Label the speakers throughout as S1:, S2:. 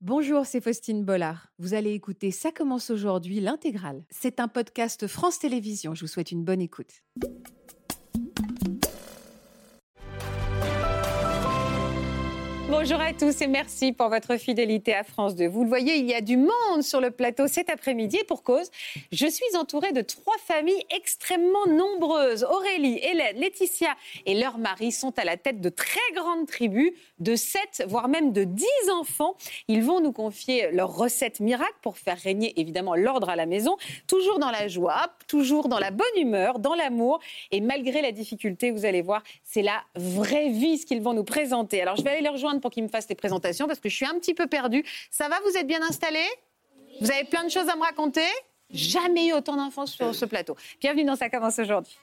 S1: Bonjour, c'est Faustine Bollard. Vous allez écouter Ça commence aujourd'hui, l'intégrale. C'est un podcast France Télévisions. Je vous souhaite une bonne écoute.
S2: Bonjour à tous et merci pour votre fidélité à France 2. Vous le voyez, il y a du monde sur le plateau cet après-midi et pour cause, je suis entourée de trois familles extrêmement nombreuses. Aurélie, Hélène, Laetitia et leurs maris sont à la tête de très grandes tribus, de 7, voire même de 10 enfants. Ils vont nous confier leurs recettes miracles pour faire régner évidemment l'ordre à la maison, toujours dans la joie, toujours dans la bonne humeur, dans l'amour et malgré la difficulté, vous allez voir, c'est la vraie vie ce qu'ils vont nous présenter. Alors je vais aller les rejoindre pour qu'ils me fassent les présentations parce que je suis un petit peu perdue. Ça va, vous êtes bien installés Vous avez plein de choses à me raconter Jamais eu autant d'enfants sur ce plateau. Bienvenue dans Ça commence aujourd'hui.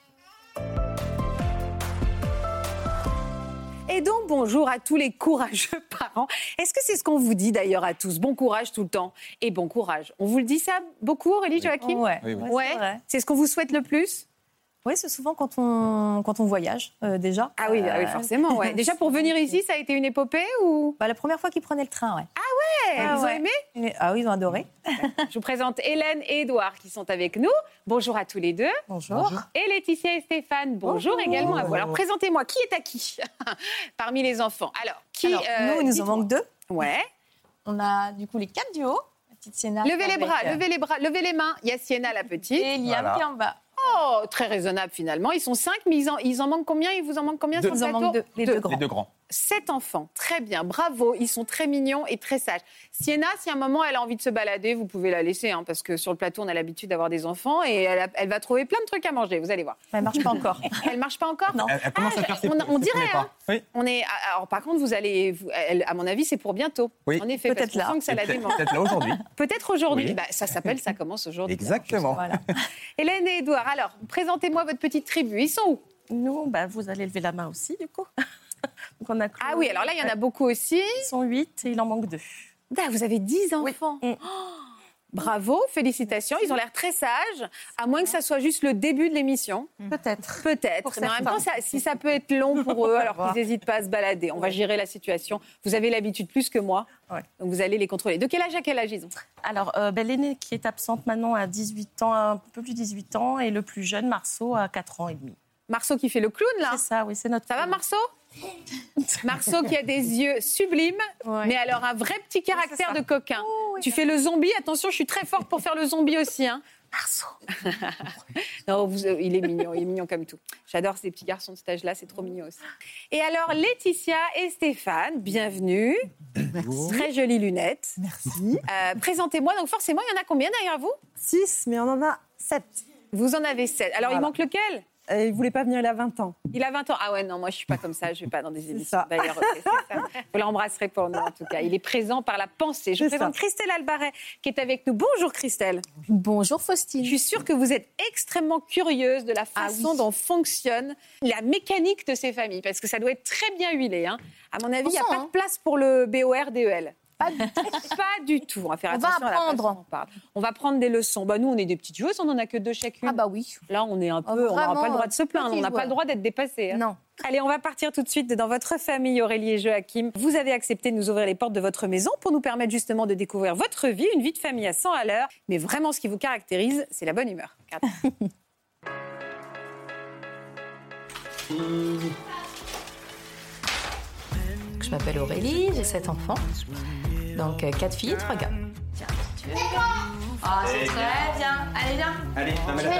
S2: Et donc, bonjour à tous les courageux parents. Est-ce que c'est ce qu'on vous dit d'ailleurs à tous Bon courage tout le temps et bon courage. On vous le dit ça beaucoup, Aurélie, Joachim
S3: Ouais,
S4: Oui, oui.
S3: ouais,
S2: Ouais.
S3: c'est vrai.
S2: C'est ce qu'on vous souhaite le plus
S3: Ouais, c'est souvent quand on, quand on voyage, euh, déjà.
S2: Ah oui, ah oui,
S3: Euh,
S2: forcément. ouais. Déjà, pour venir ici, ça a été une épopée ou
S3: bah, la première fois qu'ils prenaient le train, ouais.
S2: Eh,
S3: Ah
S2: Vous
S3: ouais.
S2: ont aimé
S3: Et- Ah oui, ils ont adoré.
S2: Je vous présente Hélène et Édouard qui sont avec nous. Bonjour à tous les deux.
S3: Bonjour.
S2: Et Laetitia et Stéphane, bonjour,
S3: Bonjour.
S2: également à vous. Alors présentez-moi, qui est à qui parmi les enfants Alors, qui
S3: Alors,
S2: euh,
S3: nous, il nous en
S2: dites-moi.
S3: manque deux.
S2: Ouais.
S3: On a du coup les quatre du haut. La petite Sienna.
S2: Levez les
S3: avec,
S2: bras,
S3: euh,
S2: levez les bras, levez les mains. Il y a Sienna la petite.
S3: Et Liam
S4: Voilà.
S3: qui est en bas.
S2: Oh, très raisonnable finalement. Ils sont cinq, mais ils en, ils en manquent combien Il vous en manque combien
S4: Deux.
S2: sur
S3: Ils
S2: le
S3: en
S2: plateau
S3: manquent deux, les deux grands.
S4: Les deux grands.
S2: Sept enfants. Très bien, bravo. Ils sont très mignons et très sages. Sienna, si à un moment elle a envie de se balader, vous pouvez la laisser, hein, parce que sur le plateau, on a l'habitude d'avoir des enfants et elle, a- elle va trouver plein de trucs à manger, vous allez voir.
S3: Ça ne marche pas encore.
S2: Elle marche pas encore
S3: Non.
S4: Elle, elle commence
S2: Ah,
S4: à faire ses
S2: on- on
S4: ses
S2: dirait,
S4: premiers
S2: hein.
S4: pas. Oui.
S2: On est. ah, Alors, par contre, vous allez. vous- elle- à mon avis, c'est pour bientôt.
S4: Oui.
S2: En effet,
S3: Peut-être
S2: peut-être là.
S3: là.
S2: que ça
S4: Et
S2: la
S4: peut-être
S2: démange.
S4: peut-être là aujourd'hui.
S2: Peut-être aujourd'hui.
S4: Oui.
S2: Bah, ça s'appelle Ça commence aujourd'hui.
S4: Exactement.
S3: Voilà.
S2: Hélène et Edouard, alors, présentez-moi votre petite tribu. Ils sont où
S5: Nous, bah, vous allez lever la main aussi, du coup. Donc on a
S2: Ah oui, alors là, il y en a beaucoup aussi.
S5: Ils sont 8 et il en manque deux.
S2: Ah, vous avez 10 enfants.
S5: Mm.
S2: Oh, Bravo, félicitations. Ils ont l'air très sages, à moins que ça soit juste le début de l'émission.
S5: Mm. Peut-être. Pour
S2: Peut-être. Mais en même
S5: certains.
S2: temps, ça- si ça peut être long pour eux, alors qu'ils n'hésitent pas à se balader, on va
S5: Ouais.
S2: gérer la situation. Vous avez l'habitude plus que moi,
S5: Ouais.
S2: donc vous allez les contrôler. De quel âge à quel âge ils ont
S5: Alors, euh, bah, l'aînée qui est absente maintenant a 18 ans, un peu plus de 18 ans, et le plus jeune, Marceau, a 4 ans et demi.
S2: Marceau qui fait le clown, là
S5: C'est ça, oui, c'est notre.
S2: Ça va, Marceau Marceau qui a des yeux sublimes,
S5: Ouais.
S2: mais alors un vrai petit caractère de coquin.
S5: Oh,
S2: tu fais le zombie, attention, je suis très forte pour faire le zombie aussi. hein.
S5: Marceau
S2: Non, vous- euh, il est mignon, il est mignon comme tout. J'adore ces petits garçons de cet âge-là, c'est trop mignon aussi. Et alors, Laetitia et Stéphane, bienvenue. Très jolies lunettes.
S6: Merci.
S2: Euh, Présentez-moi, donc forcément, il y en a combien derrière vous
S6: 6, mais on en a 7.
S2: Vous en avez sept. Alors, il
S6: Voilà.
S2: manque lequel
S6: Et il voulait pas venir, il a 20 ans.
S2: Il a 20 ans. Ah ouais, non, moi je suis pas comme ça, je vais pas dans des émissions.
S6: ça.
S2: D'ailleurs, ok, c'est ça. vous l'embrasserez pour nous en tout cas. Il est présent par la pensée. Je
S6: C'est
S2: présente
S6: ça.
S2: Christelle Albaret qui est avec nous. Bonjour Christelle.
S7: Bonjour
S2: Je
S7: Faustine.
S2: suis sûre que vous êtes extrêmement curieuse de la
S7: Ah
S2: façon
S7: oui.
S2: dont fonctionne la mécanique de ces familles parce que ça doit être très bien huilé. hein. À mon avis, il n'y a
S7: sent,
S2: pas
S7: hein.
S2: de place pour le BORDEL. E Pas du tout. On va faire
S7: On va
S2: attention à la façon
S7: apprendre.
S2: dont on parle. On va prendre des leçons. Bah, nous, on est des petites joueuses, on n'en a que deux chacune.
S7: Ah bah oui.
S2: Là, on est un peu,
S7: Ah,
S2: on n'aura
S7: vraiment,
S2: pas le droit de se plaindre, on
S7: petite
S2: n'a pas
S7: joueur.
S2: le droit d'être dépassé. hein.
S7: Non.
S2: Allez, on va partir tout de suite dans votre famille, Aurélie et Joachim. Vous avez accepté de nous ouvrir les portes de votre maison pour nous permettre justement de découvrir votre vie, une vie de famille à 100 à l'heure. Mais vraiment, ce qui vous caractérise, c'est la bonne humeur. Regardez.
S8: Je m'appelle Aurélie, j'ai 7 enfants. Donc
S3: euh,
S8: 4 filles, 3 gars.
S4: Allez, non, mais là,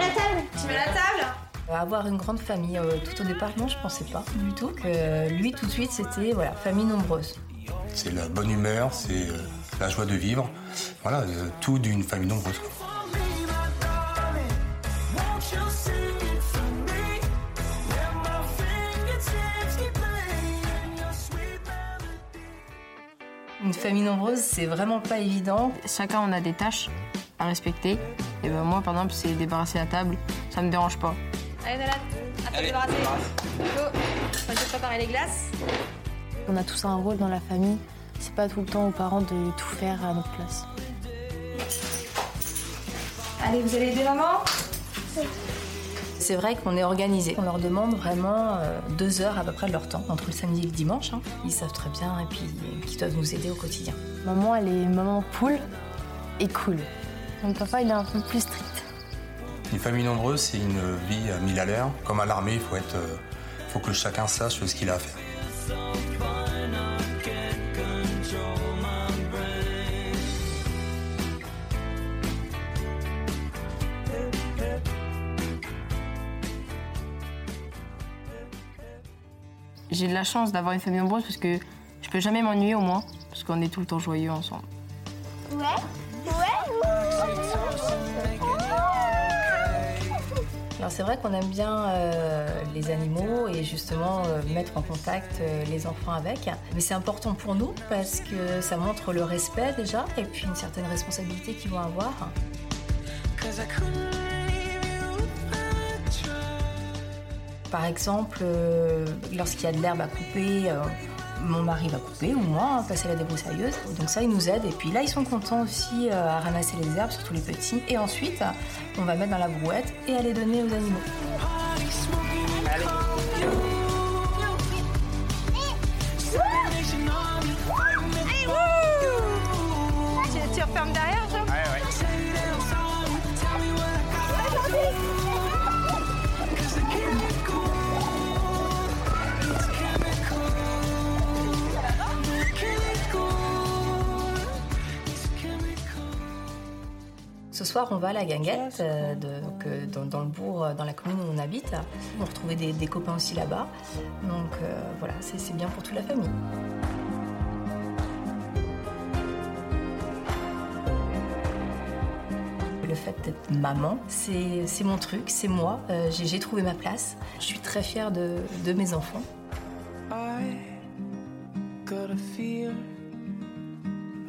S3: Euh,
S8: Avoir une grande famille, euh, tout au départ, non, je pensais pas du tout que euh, lui, tout de suite, c'était voilà, famille nombreuse.
S9: C'est la bonne humeur, c'est euh, la joie de vivre. Voilà, euh, tout d'une famille nombreuse.
S8: Une famille nombreuse, c'est vraiment pas évident.
S10: chacun on a des tâches à respecter. Et ben moi par exemple c'est débarrasser la table, ça me dérange pas.
S7: On a tous un rôle dans la famille. C'est pas tout le temps aux parents de tout faire à notre place.
S8: C'est c'est vrai qu'on est organisé. On leur demande vraiment euh, deux heures à peu près de leur temps, entre le samedi et le dimanche. hein. Ils savent très bien et puis euh, qu'ils doivent nous aider au quotidien.
S7: Maman, elle est maman poule et cool. Mon papa, il est un peu plus strict.
S9: Une famille nombreuse, c'est une vie à mille à l'heure. Comme à l'armée, il faut être, euh, faut que chacun sache ce qu'il a à faire.
S10: J'ai de la chance d'avoir une famille nombreuse parce que je peux jamais m'ennuyer au moins, parce qu'on est tout le temps joyeux ensemble.
S4: Ouais, ouais.
S8: Alors c'est vrai qu'on aime bien euh, les animaux et justement euh, mettre en contact euh, les enfants avec. Mais c'est important pour nous parce que ça montre le respect déjà et puis une certaine responsabilité qu'ils vont avoir. Par exemple, euh, lorsqu'il y a de l'herbe à couper, euh, mon mari va couper ou moi, hein, passer la débroussailleuse. Donc ça, il nous aide. Et puis là, ils sont contents aussi euh, à ramasser les herbes, surtout les petits. Et ensuite, on va mettre dans la brouette et à les donner aux animaux.
S4: Tu, tu refermes derrière, Jean
S8: Ce soir, on va à la guinguette, euh, de- donc, euh, dans, dans le bourg, euh, dans la commune où on habite. On va retrouver des, des copains aussi là-bas. Donc euh, voilà, c'est c'est bien pour toute la famille. Le fait d'être maman, c'est c'est mon truc, c'est moi. Euh, J'ai j'ai trouvé ma place. Je suis très fière de, de mes enfants.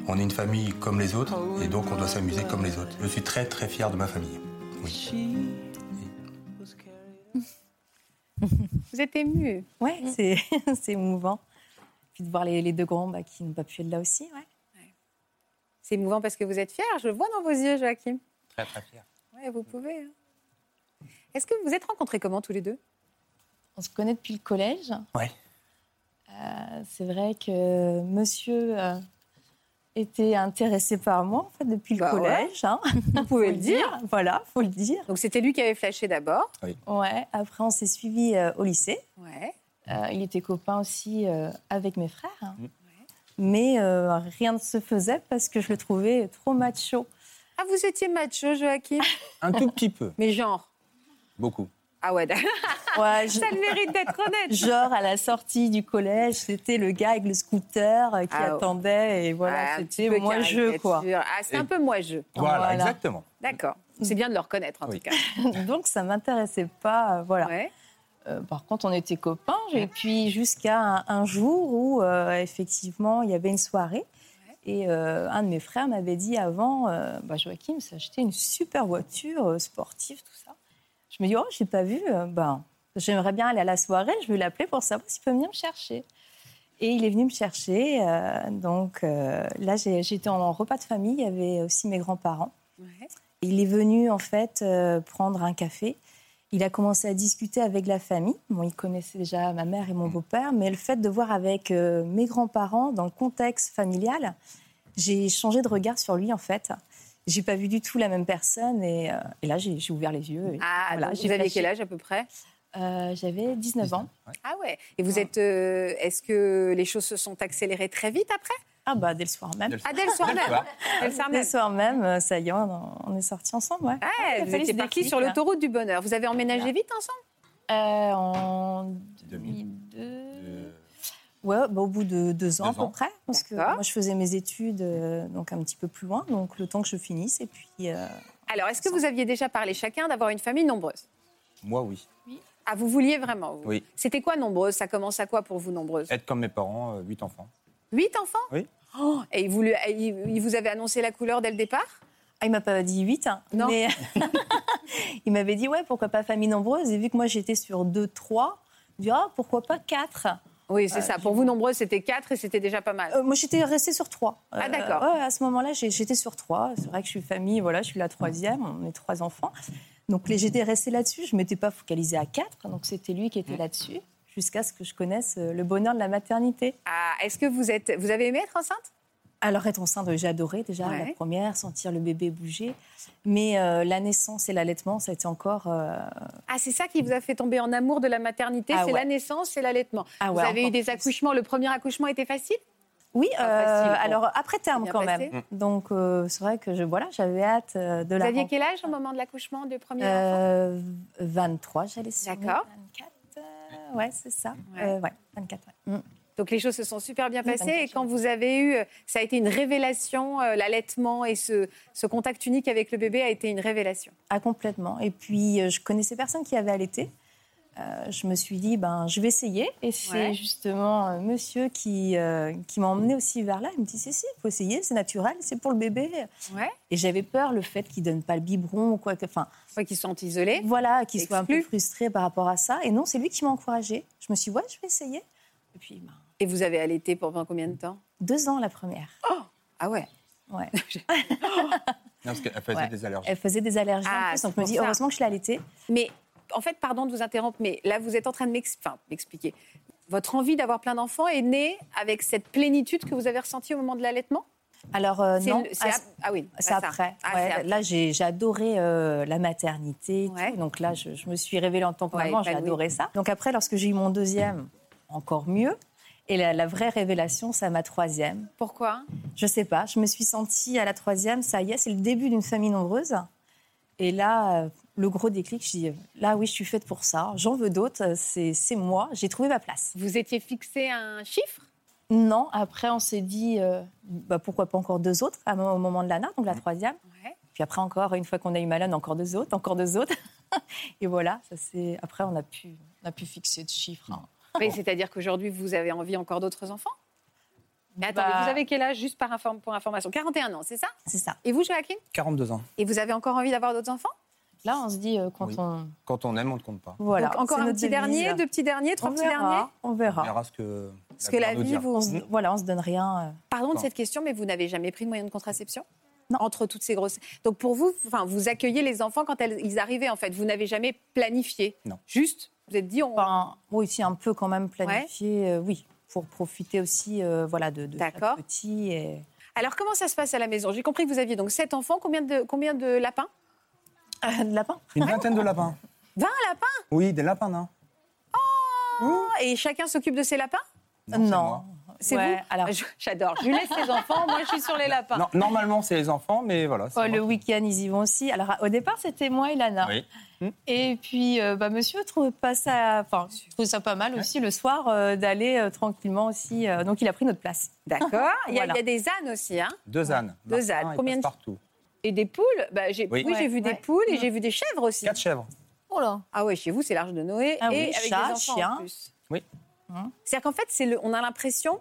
S9: On est une famille comme les autres et donc on doit s'amuser comme les autres. Je suis très très fier de ma famille. Oui.
S2: Vous êtes ému. Mm.
S3: Ouais, c'est, c'est émouvant. Puis de voir les, les deux grands bah, qui n'ont pas pu être là aussi. Ouais.
S2: C'est émouvant parce que vous êtes fier. Je le vois dans vos yeux, Joachim.
S9: Très très fier.
S2: Ouais, vous pouvez. hein. Est-ce que vous vous êtes rencontrés comment tous les deux
S7: On se connaît depuis le collège.
S9: Ouais.
S7: Euh, c'est vrai que monsieur euh, était intéressé par moi en fait, depuis le
S2: Bah ouais.
S7: collège. hein.
S2: Vous pouvez
S7: Faut le dire. Voilà, faut le dire.
S2: Donc c'était lui qui avait flashé d'abord.
S7: Ouais. Après, on s'est suivis euh, au lycée.
S2: Ouais.
S7: Euh, il était copain aussi euh, avec mes frères. hein.
S11: Mm.
S7: Mais euh, rien ne se faisait parce que je le trouvais trop macho.
S2: Ah, vous étiez macho, Joachim
S11: Un tout petit peu,
S2: Mais genre.
S11: beaucoup.
S2: Ah ouais, d'accord.
S7: Ouais, je-
S2: ça a le mérite d'être honnête.
S7: Genre à la sortie du collège, c'était le gars avec le scooter euh, qui
S2: Ah ouais.
S7: attendait et voilà,
S2: Ah, un petit
S7: c'était
S2: peu
S7: moi je quoi.
S2: caricature. Ah, c'est un peu moi je.
S11: Voilà,
S7: Voilà.
S11: exactement.
S2: D'accord. C'est bien de le reconnaître en
S11: Oui.
S2: tout cas.
S7: Donc ça m'intéressait pas, euh, voilà.
S2: Ouais.
S7: Euh, par contre, on était copains et puis jusqu'à un, un jour où euh, effectivement il y avait une soirée et euh, un de mes frères m'avait dit avant, euh, bah, Joachim s'est acheté une super voiture euh, sportive, tout ça. Je me dis oh j'ai pas vu, euh, ben j'aimerais bien aller à la soirée, je vais l'appeler pour savoir s'il peut venir me chercher. Et il est venu me chercher. euh, donc euh, là, j'ai- j'étais en repas de famille. Il y avait aussi mes grands-parents.
S2: Ouais.
S7: Il est venu en fait euh, prendre un café. Il a commencé à discuter avec la famille. Bon, il connaissait déjà ma mère et
S2: Mm.
S7: mon beau-père, mais le fait de voir avec euh, mes grands-parents dans le contexte familial, j'ai changé de regard sur lui en fait. J'ai pas vu du tout la même personne et, euh, et là j'ai j'ai ouvert les yeux. et
S2: Ah,
S7: voilà,
S2: donc
S7: j'ai
S2: vous aviez
S7: flashé.
S2: quel âge à peu près
S7: Euh, J'avais 19 ans.
S2: Ah ouais. Et vous êtes. euh, Est-ce que les choses se sont accélérées très vite après
S7: Ah bah dès le soir même.
S2: Adèle Sornel. Adèle
S7: Dès le
S2: Sornel.
S7: soir même, euh, ça y est, on on est sortis ensemble. Ouais. Ah
S2: Ouais, Ah, vous
S7: Fallait
S2: étiez
S7: se
S2: partis
S7: déclic,
S2: sur
S7: là.
S2: l'autoroute du bonheur. Vous avez emménagé vite ensemble
S7: hein. Euh, en
S9: 2002.
S7: 2002. Ouais, bah, au bout de deux ans
S11: Deux
S7: à
S11: ans.
S7: peu près, parce que
S2: D'accord.
S7: moi je faisais mes études euh, donc un petit peu plus loin, donc le temps que je finisse et puis euh,
S2: Alors, est-ce que vous aviez déjà parlé chacun d'avoir une famille nombreuse
S11: Moi, oui.
S2: Ah, vous vouliez vraiment vous
S11: Oui.
S2: C'était quoi nombreuse Ça commence à quoi pour vous nombreuse
S11: Être comme mes parents, euh, huit enfants.
S2: Huit enfants
S11: Oui.
S2: Oh, et il vous, le- il- il vous avait annoncé la couleur dès le départ
S7: ah, il m'a pas dit huit, hein,
S2: Non.
S7: mais il m'avait dit ouais pourquoi pas famille nombreuse et vu que moi j'étais sur deux trois, il dit ah pourquoi pas quatre.
S2: Oui, c'est ça. Pour vous, nombreuse, c'était quatre et c'était déjà pas mal.
S7: Euh, moi j'étais restée sur trois.
S2: Ah,
S7: Euh,
S2: d'accord.
S7: ouais, à ce moment-là j'ai- j'étais sur trois. C'est vrai que je suis famille, voilà, je suis la troisième, on est trois enfants. Donc les- j'étais restée là-dessus, je ne m'étais pas focalisée à quatre, donc c'était lui qui
S2: Mm.
S7: était là-dessus, jusqu'à ce que je connaisse euh, le bonheur de la maternité.
S2: Ah, est-ce que vous, êtes, vous avez aimé être enceinte
S7: Alors être enceinte, euh, j'ai adoré déjà
S2: Ouais.
S7: la première, sentir le bébé bouger, mais euh, la naissance et l'allaitement, ça a été encore... euh,
S2: Ah, c'est ça qui vous a fait tomber en amour de la maternité,
S7: Ah
S2: c'est
S7: ouais.
S2: la naissance, c'est l'allaitement.
S7: Ah
S2: vous
S7: ouais,
S2: avez eu
S7: encore
S2: des accouchements, le premier accouchement était facile
S7: Oui,
S2: Pas facile,
S7: euh,
S2: bon.
S7: alors après terme
S2: bien
S7: quand
S2: passé.
S11: Mm.
S7: même. Donc euh, c'est vrai que je, voilà, j'avais hâte euh, de
S2: Vous
S7: la
S2: aviez
S7: rencontre.
S2: quel âge au moment de l'accouchement du premier enfant
S7: Euh, 23, j'allais sur mes
S2: D'accord.
S7: 24, euh, ouais, c'est ça.
S2: Ouais.
S7: Euh, ouais, 24, ouais. Mm.
S2: Donc les choses se sont super bien
S7: Oui,
S2: passées.
S7: 24,
S2: Et quand vous avez eu, euh, ça a été une révélation, euh, l'allaitement et ce, ce contact unique avec le bébé a été une révélation.
S7: Ah, complètement. Et puis, euh, je connaissais personne qui avait allaité. Euh, je me suis dit, ben, je vais essayer. Et c'est
S10: Ouais.
S7: justement un monsieur qui, euh, qui m'a emmené aussi vers là. Il me dit, si, si, il faut essayer, c'est naturel, c'est pour le bébé.
S2: Ouais.
S7: Et j'avais peur, le fait qu'il ne donne pas le biberon ou quoi. que- Enfin,
S2: Soit qu'ils sont isolés.
S7: Voilà, qu'ils soient un peu
S2: exclus.
S7: frustrés par rapport à ça. Et non, c'est lui qui m'a encouragée. Je me suis dit, ouais, je vais essayer. Et puis, ben,
S2: Et vous avez allaité pendant combien de temps
S7: deux ans la première.
S2: Ah ouais
S7: Ouais.
S11: Non, parce qu'elle faisait
S7: Ouais.
S11: des allergies.
S7: Elle faisait des allergies en
S2: Ah,
S7: plus. Donc,
S2: c'est
S7: je me
S2: pour
S7: dis,
S2: ça.
S7: heureusement que je l'ai allaitée.
S2: Mais en fait, pardon de vous interrompre, mais là, vous êtes en train de m'ex- enfin, m'expliquer. Votre envie d'avoir plein d'enfants est née avec cette plénitude que vous avez ressentie au moment de l'allaitement
S7: Alors, euh,
S2: C'est
S7: non.
S2: le- c'est
S7: à-
S2: ap- ah oui,
S7: C'est
S2: pas ça.
S7: après.
S2: Ah,
S7: Ouais,
S2: c'est après.
S7: Là, j'ai j'ai adoré euh, la maternité. et tout. Donc là, je, je me suis révélée en tant que
S2: Ouais,
S7: maman, j'ai
S2: épanouie.
S7: adoré ça. Donc après, lorsque j'ai eu mon deuxième, encore mieux. Et la, la vraie révélation, c'est à ma troisième.
S2: Pourquoi
S7: Je sais pas, je me suis sentie à la troisième, ça y est, c'est le début d'une famille nombreuse. Et là, euh, le gros déclic, je dis, euh, là oui, je suis faite pour ça, j'en veux d'autres, euh, c'est c'est moi, j'ai trouvé ma place.
S2: Vous étiez fixé un chiffre
S7: Non, après, on s'est dit, euh, bah, pourquoi pas encore deux autres à- au moment de l'ANA, donc la troisième. Puis après, encore, une fois qu'on a eu Malone, encore deux autres, encore deux autres. Et voilà, ça c'est. Après, on a pu, on a pu fixer de chiffres. hein.
S2: Mais c'est-à-dire qu'aujourd'hui, vous avez envie encore d'autres enfants Mais attendez,
S7: Bah-
S2: vous avez quel âge, juste par inform- pour information 41 ans, c'est ça
S7: C'est ça.
S2: Et vous, Joachim
S11: 42 ans.
S2: Et vous avez encore envie d'avoir d'autres enfants
S7: Là, on se dit,
S2: euh,
S7: quand
S11: Oui. Quand on aime, on ne compte pas.
S7: Voilà.
S2: Donc, encore
S7: c'est
S2: un
S7: notre
S2: petit
S7: devise.
S2: dernier, deux petits derniers, trois
S7: on
S2: petits
S7: verra,
S2: derniers
S7: On verra.
S11: On verra ce que.
S7: Parce que la
S11: nous
S7: vie,
S11: dira.
S7: vous, on se, voilà, on se donne rien. euh.
S2: Pardon de
S7: Bon.
S2: cette question, mais vous n'avez jamais pris de moyen de contraception Entre toutes ces grosses. Donc pour vous, enfin, vous accueillez les enfants quand elles- ils arrivaient, en fait. Vous n'avez jamais planifié.
S11: Non.
S2: Juste, vous êtes dit, on.
S7: oui, si un peu quand même planifié, euh, oui, pour profiter aussi, euh, voilà, de, de chaque
S2: D'accord.
S7: petit. Et...
S2: Alors comment ça se passe à la maison J'ai compris que vous aviez donc sept enfants. Combien de, combien de lapins
S7: Euh, de lapins
S11: Une vingtaine de lapins.
S2: 20 lapins
S11: Oui, des lapins, non
S7: Mmh.
S2: Et chacun s'occupe de ses lapins
S11: Non.
S2: C'est
S11: Ouais,
S2: vous Ah, Je- J'adore. Je lui laisse les enfants, moi je suis sur les lapins.
S11: Non, normalement, c'est les enfants, mais voilà. c'est
S7: Oh,
S11: moi
S7: le
S11: qui-
S7: week-end, ils y vont aussi. Alors, au départ, c'était moi et Lana.
S11: Oui.
S7: Et puis, euh, bah, monsieur trouve pas ça, enfin, je trouve ça pas mal aussi le soir euh, d'aller euh, tranquillement aussi. euh, donc, il a pris notre place.
S2: D'accord. Il y, a- il y
S7: Voilà.
S2: a des ânes aussi, hein
S11: Deux ânes.
S2: Deux
S11: Martin,
S2: ânes.
S11: il
S2: Combien
S11: passe
S2: de-
S11: Partout.
S2: Et des poules bah, j'ai... Oui,
S11: Oui.
S2: j'ai vu des poules
S7: Mmh.
S2: et j'ai vu des chèvres aussi.
S11: Quatre chèvres.
S2: Oh là Ah ouais, chez vous, c'est l'arche de Noé.
S7: Ah
S2: et
S7: oui,
S2: avec
S7: chat,
S2: des enfants
S7: chien.
S2: en plus.
S11: Oui.
S2: C'est-à-dire qu'en fait, c'est le- on a l'impression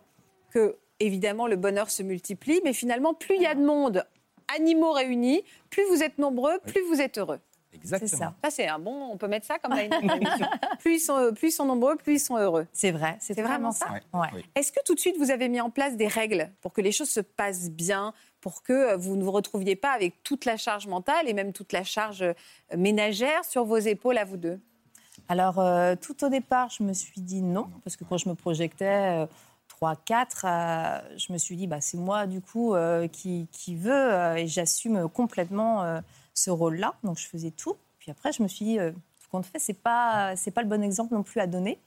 S2: que, évidemment, le bonheur se multiplie, mais finalement, plus il y a de monde, animaux réunis, plus vous êtes nombreux, plus vous êtes heureux.
S11: Exactement.
S7: ça.
S2: Ça, c'est un bon. On peut mettre ça comme la émission. plus, ils sont, euh, plus ils sont nombreux, plus ils sont heureux.
S7: C'est vrai, c'est
S2: C'est
S7: vraiment
S2: vraiment
S7: ça.
S2: ça
S7: Ouais.
S2: Est-ce que tout de suite vous avez mis en place des règles pour que les choses se passent bien, pour que euh, vous ne vous retrouviez pas avec toute la charge mentale et même toute la charge euh, ménagère sur vos épaules à vous deux
S7: Alors, euh, tout au départ, je me suis dit non, parce que quand je me euh, projectais 3-4, je me suis dit, bah, c'est moi, du coup, euh, qui, qui veut, euh, et j'assume complètement euh, ce rôle-là. Donc, je faisais tout. Puis après, je me suis dit, euh, tout compte fait, c'est pas, c'est pas le bon exemple non plus à donner.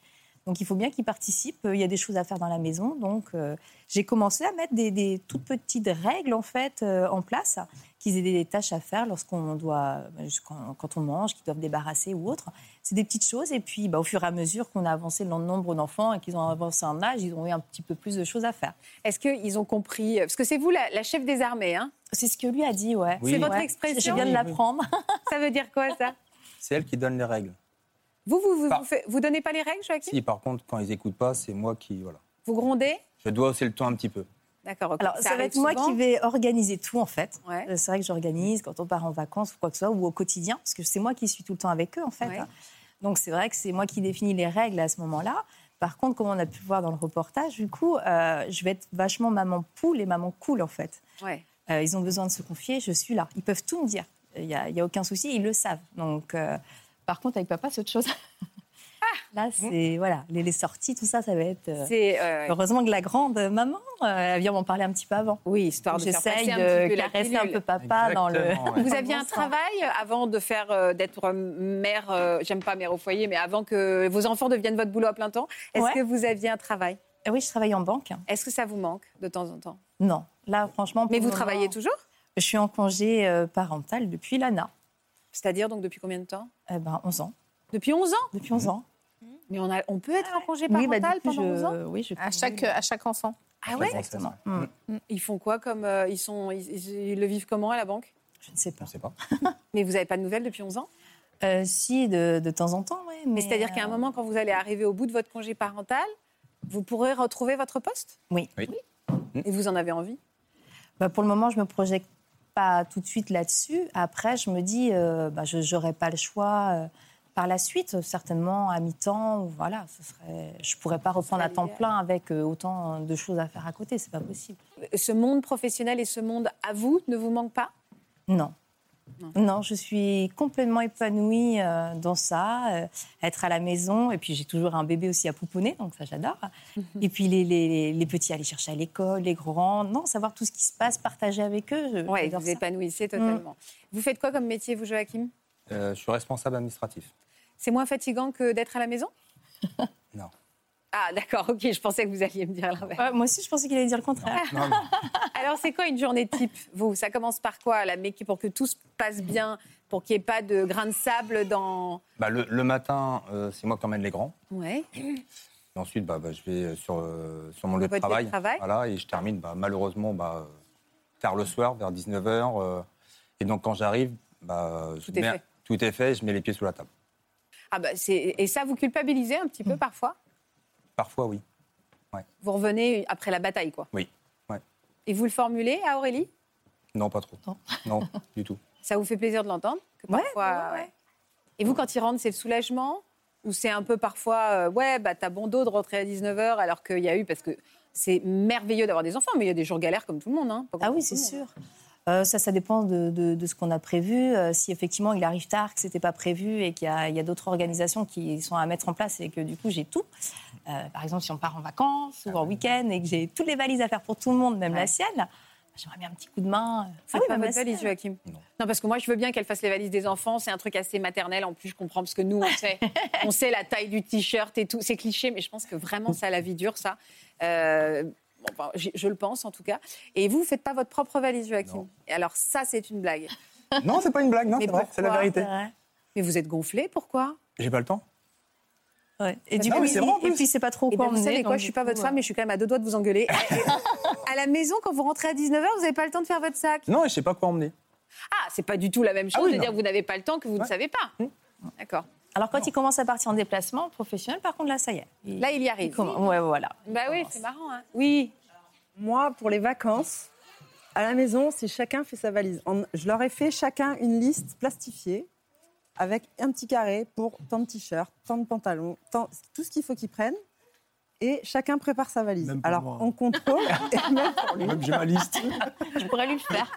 S7: Donc, il faut bien qu'il participe. Il y a des choses à faire dans la maison. Donc, euh, j'ai commencé à mettre des, des toutes petites règles, en fait, euh, en place, qu'ils aient des tâches à faire lorsqu'on doit, bah, quand, quand on mange, qu'ils doivent débarrasser ou autre. C'est des petites choses. Et puis, bah, au fur et à mesure qu'on a avancé le nombre d'enfants et qu'ils ont avancé en âge, ils ont eu un petit peu plus de choses à faire.
S2: Est-ce qu'ils ont compris euh, Parce que c'est vous la, la chef des armées, hein
S7: C'est ce que lui a dit, ouais.
S11: Oui.
S2: C'est votre
S11: Ouais.
S2: expression.
S7: Je viens de l'apprendre.
S2: Ça veut dire quoi ça
S11: C'est elle qui donne les règles.
S2: Vous, vous, vous,
S11: Par-
S2: vous, faites- vous donnez pas les règles, Joachim
S11: Bah. Si, par contre, quand ils n'écoutent pas, c'est moi qui. Voilà.
S2: Vous grondez
S11: Je dois hausser le ton un petit peu.
S2: D'accord. ok.
S7: Alors, ça, va
S2: arrive
S7: être moi
S2: souvent.
S7: qui vais organiser tout, en fait.
S2: Ouais.
S7: Euh, C'est vrai que j'organise quand on part en vacances ou quoi que ce soit, ou au quotidien, parce que c'est moi qui suis tout le temps avec eux, en fait. hein.
S2: Ouais.
S7: Donc, c'est vrai que c'est moi qui définis les règles à ce moment-là. Par contre, comme on a pu voir dans le reportage, du coup, euh, je vais être vachement maman poule et maman cool, en fait.
S2: Ouais.
S7: Euh, ils ont besoin de se confier, je suis là. Ils peuvent tout me dire. Il n'y a, il y a aucun souci, ils le savent. Donc, euh, par contre, avec papa, c'est autre chose.
S2: Ah,
S7: Là, c'est voilà, les, les sorties, tout ça, ça va être. euh,
S2: C'est, euh,
S7: heureusement que la grande maman, euh, elle vient m'en parler un petit peu avant.
S2: Oui, histoire de faire
S7: J'essaye
S2: passer un petit
S7: de
S2: peu la
S7: caresser un
S2: pilule.
S7: peu papa dans le.
S2: Vous aviez un travail avant de faire euh, d'être mère, euh, j'aime pas mère au foyer, mais avant que vos enfants deviennent votre boulot à plein temps. Est-ce que vous aviez un travail
S7: Eh Oui, je travaille en banque.
S2: Est-ce que ça vous manque de temps en temps
S7: Non, là, franchement.
S2: Mais vous travaillez toujours
S7: Je suis en congé euh, parental depuis l'ANA,
S2: C'est-à-dire donc depuis combien de temps
S7: Eh ben, 11 ans.
S2: Depuis 11 ans
S7: Depuis 11 ans.
S2: Mais on, a, on peut être en congé
S7: Oui,
S2: parental
S7: bah, depuis,
S2: pendant
S7: je-
S2: 11 ans
S7: oui, je-
S2: Ah à, chaque, à chaque enfant. Ah ouais Mmh.
S7: Exactement. Mm.
S2: Ils font quoi comme euh, ils, sont, ils, ils- ils le vivent comment à la banque
S7: Je ne sais pas.
S2: Mais vous n'avez pas de nouvelles depuis 11 ans
S7: Euh, si, de, de temps en temps, oui.
S2: Mais euh, c'est-à-dire qu'à un moment, quand vous allez arriver au bout de votre congé parental, vous pourrez retrouver votre poste
S7: Oui. Mm.
S2: Et vous en avez envie
S7: Bah, pour le moment, je me projette pas tout de suite là-dessus. Après, je me dis, euh, bah, je n'aurai pas le choix euh, par la suite, euh, certainement à mi-temps. ou Voilà, ce serait, je pourrais pas reprendre à temps plein avec euh, autant de choses à faire à côté. C'est pas possible.
S2: Ce monde professionnel et ce monde à vous ne vous manque pas
S7: Non. Non, je suis complètement épanouie euh, dans ça, euh, être à la maison. Et puis j'ai toujours un bébé aussi à pouponner, donc ça j'adore.
S2: Hum.
S7: Et puis les, les- les petits aller chercher à l'école, les grands, non, savoir tout ce qui se passe, partager avec eux. je-
S2: Oui,
S7: j'adore
S2: vous
S7: ça. Hum.
S2: épanouissez totalement. Vous faites quoi comme métier, vous, Joachim
S11: Euh, je suis responsable administratif.
S2: C'est moins fatigant que d'être à la maison
S11: Non.
S2: Ah, d'accord, ok, je pensais que vous alliez me dire l'inverse.
S7: moi aussi, je pensais qu'il allait dire le contraire.
S2: Alors, c'est quoi une journée type, vous Ça commence par quoi, la méqui, pour que tout se passe bien, pour qu'il n'y ait pas de grains de sable dans.
S11: Bah, le, le matin, euh, c'est moi qui emmène les grands.
S2: Ouais.
S11: Et ensuite, bah, bah, je vais sur, euh, sur mon lieu de
S2: Votre lieu de
S11: travail.
S2: travail.
S11: Voilà, et je termine bah, malheureusement bah, euh, tard le soir, vers 19h. et donc, quand j'arrive, bah, je
S2: Tout est
S11: mets-
S2: fait.
S11: tout est fait, je mets les pieds sous la table.
S2: Ah, bah, c'est... Et ça, vous culpabilisez un petit peu
S7: Mm.
S2: parfois
S11: Parfois, oui.
S2: Vous revenez après la bataille, quoi.
S11: Oui. Ouais.
S2: Et vous le formulez à Aurélie
S11: Non, pas trop. Non, du tout.
S2: Ça vous fait plaisir de l'entendre que parfois, euh, ouais. Et vous, quand ils rentrent, c'est le soulagement Ou c'est un peu parfois, euh, ouais, bah t'as bon dos de rentrer à 19h alors qu'il y a eu. Parce que c'est merveilleux d'avoir des enfants, mais il y a des jours galères comme tout le monde. Hein,
S7: Ah oui, c'est sûr. Euh, ça, ça dépend de, de- de ce qu'on a prévu. Euh, si effectivement il arrive tard, que c'était pas prévu et qu'il y a, il y a d'autres organisations qui sont à mettre en place et que du coup j'ai tout. Euh, par exemple, si on part en vacances
S2: Ah
S7: ou en week-end et que j'ai toutes les valises à faire pour tout le monde, même la sienne, j'aimerais bien un petit coup de main.
S2: C'est
S7: Ah
S2: pas
S7: même
S2: votre
S7: la sienne.
S2: valise, Joachim non. parce que moi, je veux bien qu'elle fasse les valises des enfants. C'est un truc assez maternel. En plus, je comprends parce que nous, on sait, on sait la taille du t-shirt et tout. C'est cliché, mais je pense que vraiment, ça a la vie dure, ça. Euh, bon, enfin, je, je le pense, en tout cas. Et vous, vous faites pas votre propre valise, Joachim. Et alors, ça, c'est une blague.
S11: Non, c'est pas une blague, non,
S2: Mais
S11: c'est vrai, c'est la
S2: pourquoi
S11: vérité.
S2: Mais vous êtes gonflé, pourquoi
S11: J'ai pas le temps.
S7: Ouais. Et
S2: Parce
S7: du
S2: que-
S7: coup,
S2: Ah oui, c'est vrai, en
S7: et
S2: plus.
S7: puis c'est pas trop
S2: Et ben,
S7: quoi
S2: vous
S7: emmener,
S2: savez quoi,
S7: donc du
S2: je suis pas
S7: coup,
S2: votre
S7: euh,
S2: femme, mais je suis quand même à deux doigts de vous engueuler. Et- et- à la maison, quand vous rentrez à 19h, vous n'avez pas le temps de faire votre sac.
S11: Non, et je sais pas quoi emmener.
S2: Ah, c'est pas du tout la même chose
S7: Ah oui,
S2: de
S7: non.
S2: dire que vous n'avez pas le temps, que vous ne savez pas.
S11: Mmh.
S2: D'accord.
S7: Alors quand il commence à partir en déplacement professionnel, par contre là, ça y est.
S2: Là, il y arrive.
S7: Comment Ouais, voilà.
S2: Bah oui, c'est marrant. Hein. Oui.
S6: Moi, pour les vacances, à la maison, c'est chacun fait sa valise. En- je leur ai fait chacun une liste plastifiée avec un petit carré pour tant de t-shirts, tant de pantalons, tant- tout ce qu'il faut qu'ils prennent. Et chacun prépare sa valise.
S12: pour
S6: Alors,
S12: moi.
S6: on contrôle. et même pour lui.
S12: Même j'ai ma liste.
S6: Je pourrais lui le faire.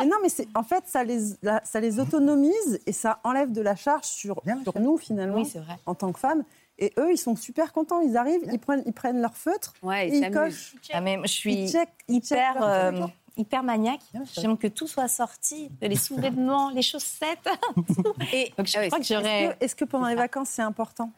S6: Mais non, mais c'est, en fait, ça les, la- ça les autonomise et ça enlève de la charge sur, sur nous, finalement,
S7: Oui, c'est vrai.
S6: en tant que femmes. Et eux, ils sont super contents. Ils arrivent, ils prennent, ils prennent leur feutre.
S2: Ouais,
S6: et ils cochent.
S7: Ah, mais je suis
S6: Ils checkent, ils
S7: hyper,
S6: checkent leur
S7: euh,
S6: truc.
S7: hyper maniaque. J'aime que tout soit sorti, les sous-vêtements, les chaussettes. Ah
S2: Et
S7: je crois que
S6: Est-ce
S7: j'aurais.
S6: que, est-ce que pendant les vacances, c'est important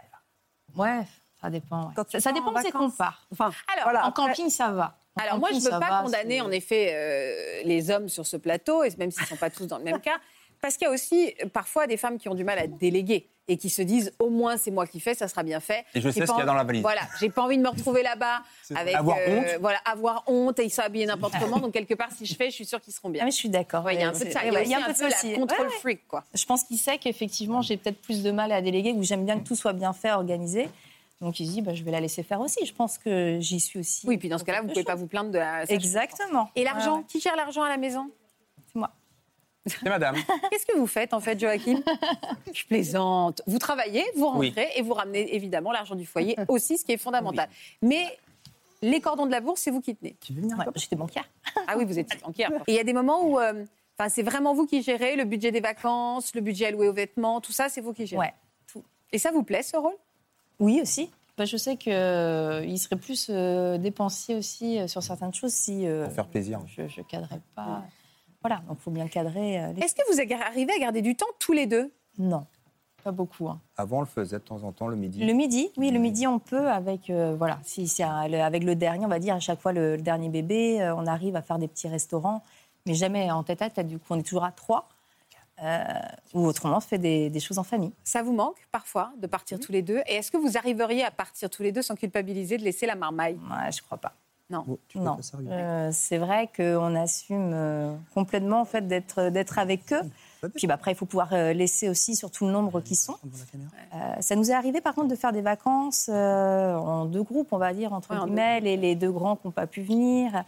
S7: Ouais, ça dépend. ouais.
S6: Quand tu
S7: Ça, ça
S6: pars
S7: dépend
S6: en
S7: où c'est qu'on
S6: vacances.
S7: part.
S6: Enfin,
S2: Alors,
S7: en camping, ça va. En
S2: Alors moi, je
S7: camping,
S2: ne veux
S7: ça
S2: pas
S7: va,
S2: condamner
S7: c'est-
S2: en effet euh, les hommes sur ce plateau, et même s'ils ne sont pas tous dans le même cas, parce qu'il y a aussi euh, parfois des femmes qui ont du mal à déléguer et qui se disent au moins c'est moi qui fais, ça sera bien fait.
S11: Et je
S2: J'ai
S11: sais
S2: pas
S11: ce qu'il y a
S2: en-
S11: dans la valise.
S2: Voilà, j'ai pas envie de me retrouver là-bas
S11: C'est-
S2: avec euh,
S11: Avoir honte.
S2: voilà avoir honte et ils sont habillés n'importe comment. Donc quelque part, si je fais, je suis sûre qu'ils seront bien.
S7: Ah, mais je suis d'accord.
S2: Ouais, Il y a un
S7: ouais,
S2: peu de
S7: c'est-
S2: ça. Il y a,
S7: ouais,
S2: aussi un peu,
S7: ça
S2: la
S7: aussi.
S2: contrôle
S7: Ouais, ouais.
S2: freak quoi.
S7: Je pense qu'il sait qu'effectivement, j'ai peut-être plus de mal à déléguer ou j'aime bien que tout soit bien fait, organisé. Donc il se dit, bah, je vais la laisser faire aussi. Je pense que j'y suis aussi.
S2: Oui, puis dans ce cas-là, vous pouvez pas vous plaindre de la. ça, je
S7: Exactement.
S2: comprends. Et l'argent,
S7: Ouais, ouais.
S2: qui gère l'argent à la maison
S11: C'est madame.
S2: Qu'est-ce que vous faites en fait, Joachim Je plaisante. Vous travaillez, vous rentrez
S11: Oui.
S2: et vous ramenez évidemment l'argent du foyer aussi, ce qui est fondamental. Mais les cordons de la bourse, c'est vous qui tenez.
S7: Ouais, J'étais bancaire.
S2: Ah oui, vous êtes bancaire. Et il y a des moments où euh, Enfin, c'est vraiment vous qui gérez le budget des vacances, le budget alloué aux vêtements, tout ça, c'est vous qui gérez.
S7: Ouais.
S2: Tout. Et ça vous plaît ce rôle
S7: Oui, aussi. Bah, je sais qu'il serait plus euh, dépensier aussi euh, sur certaines choses si euh,
S11: Pour faire plaisir.
S7: Je, je cadrerais pas. Voilà, donc il faut bien cadrer. euh, les-
S2: Est-ce que vous arrivez à garder du temps tous les deux
S7: Non, pas beaucoup. hein.
S11: Avant, on le faisait de temps en temps le midi.
S7: Le midi, oui, le midi, on peut avec euh, voilà, si, si, euh, le- avec le dernier, on va dire à chaque fois le, le dernier bébé, euh, on arrive à faire des petits restaurants, mais jamais en tête à tête. Du coup, on est toujours à trois. euh, ou autrement, on se fait des, des choses en famille.
S2: Ça vous manque parfois de partir tous les deux Et est-ce que vous arriveriez à partir tous les deux sans culpabiliser de laisser la marmaille
S7: Ouais, je crois pas.
S2: Non.
S7: non, Euh, c'est vrai qu'on assume euh, complètement en fait d'être d'être avec eux. Puis bah, après, il faut pouvoir euh, laisser aussi surtout le nombre qui sont. Euh, ça nous est arrivé par contre de faire des vacances euh, en deux groupes, on va dire, entre
S2: Ouais, en deux
S7: guillemets, les, les deux grands qui n'ont pas pu venir.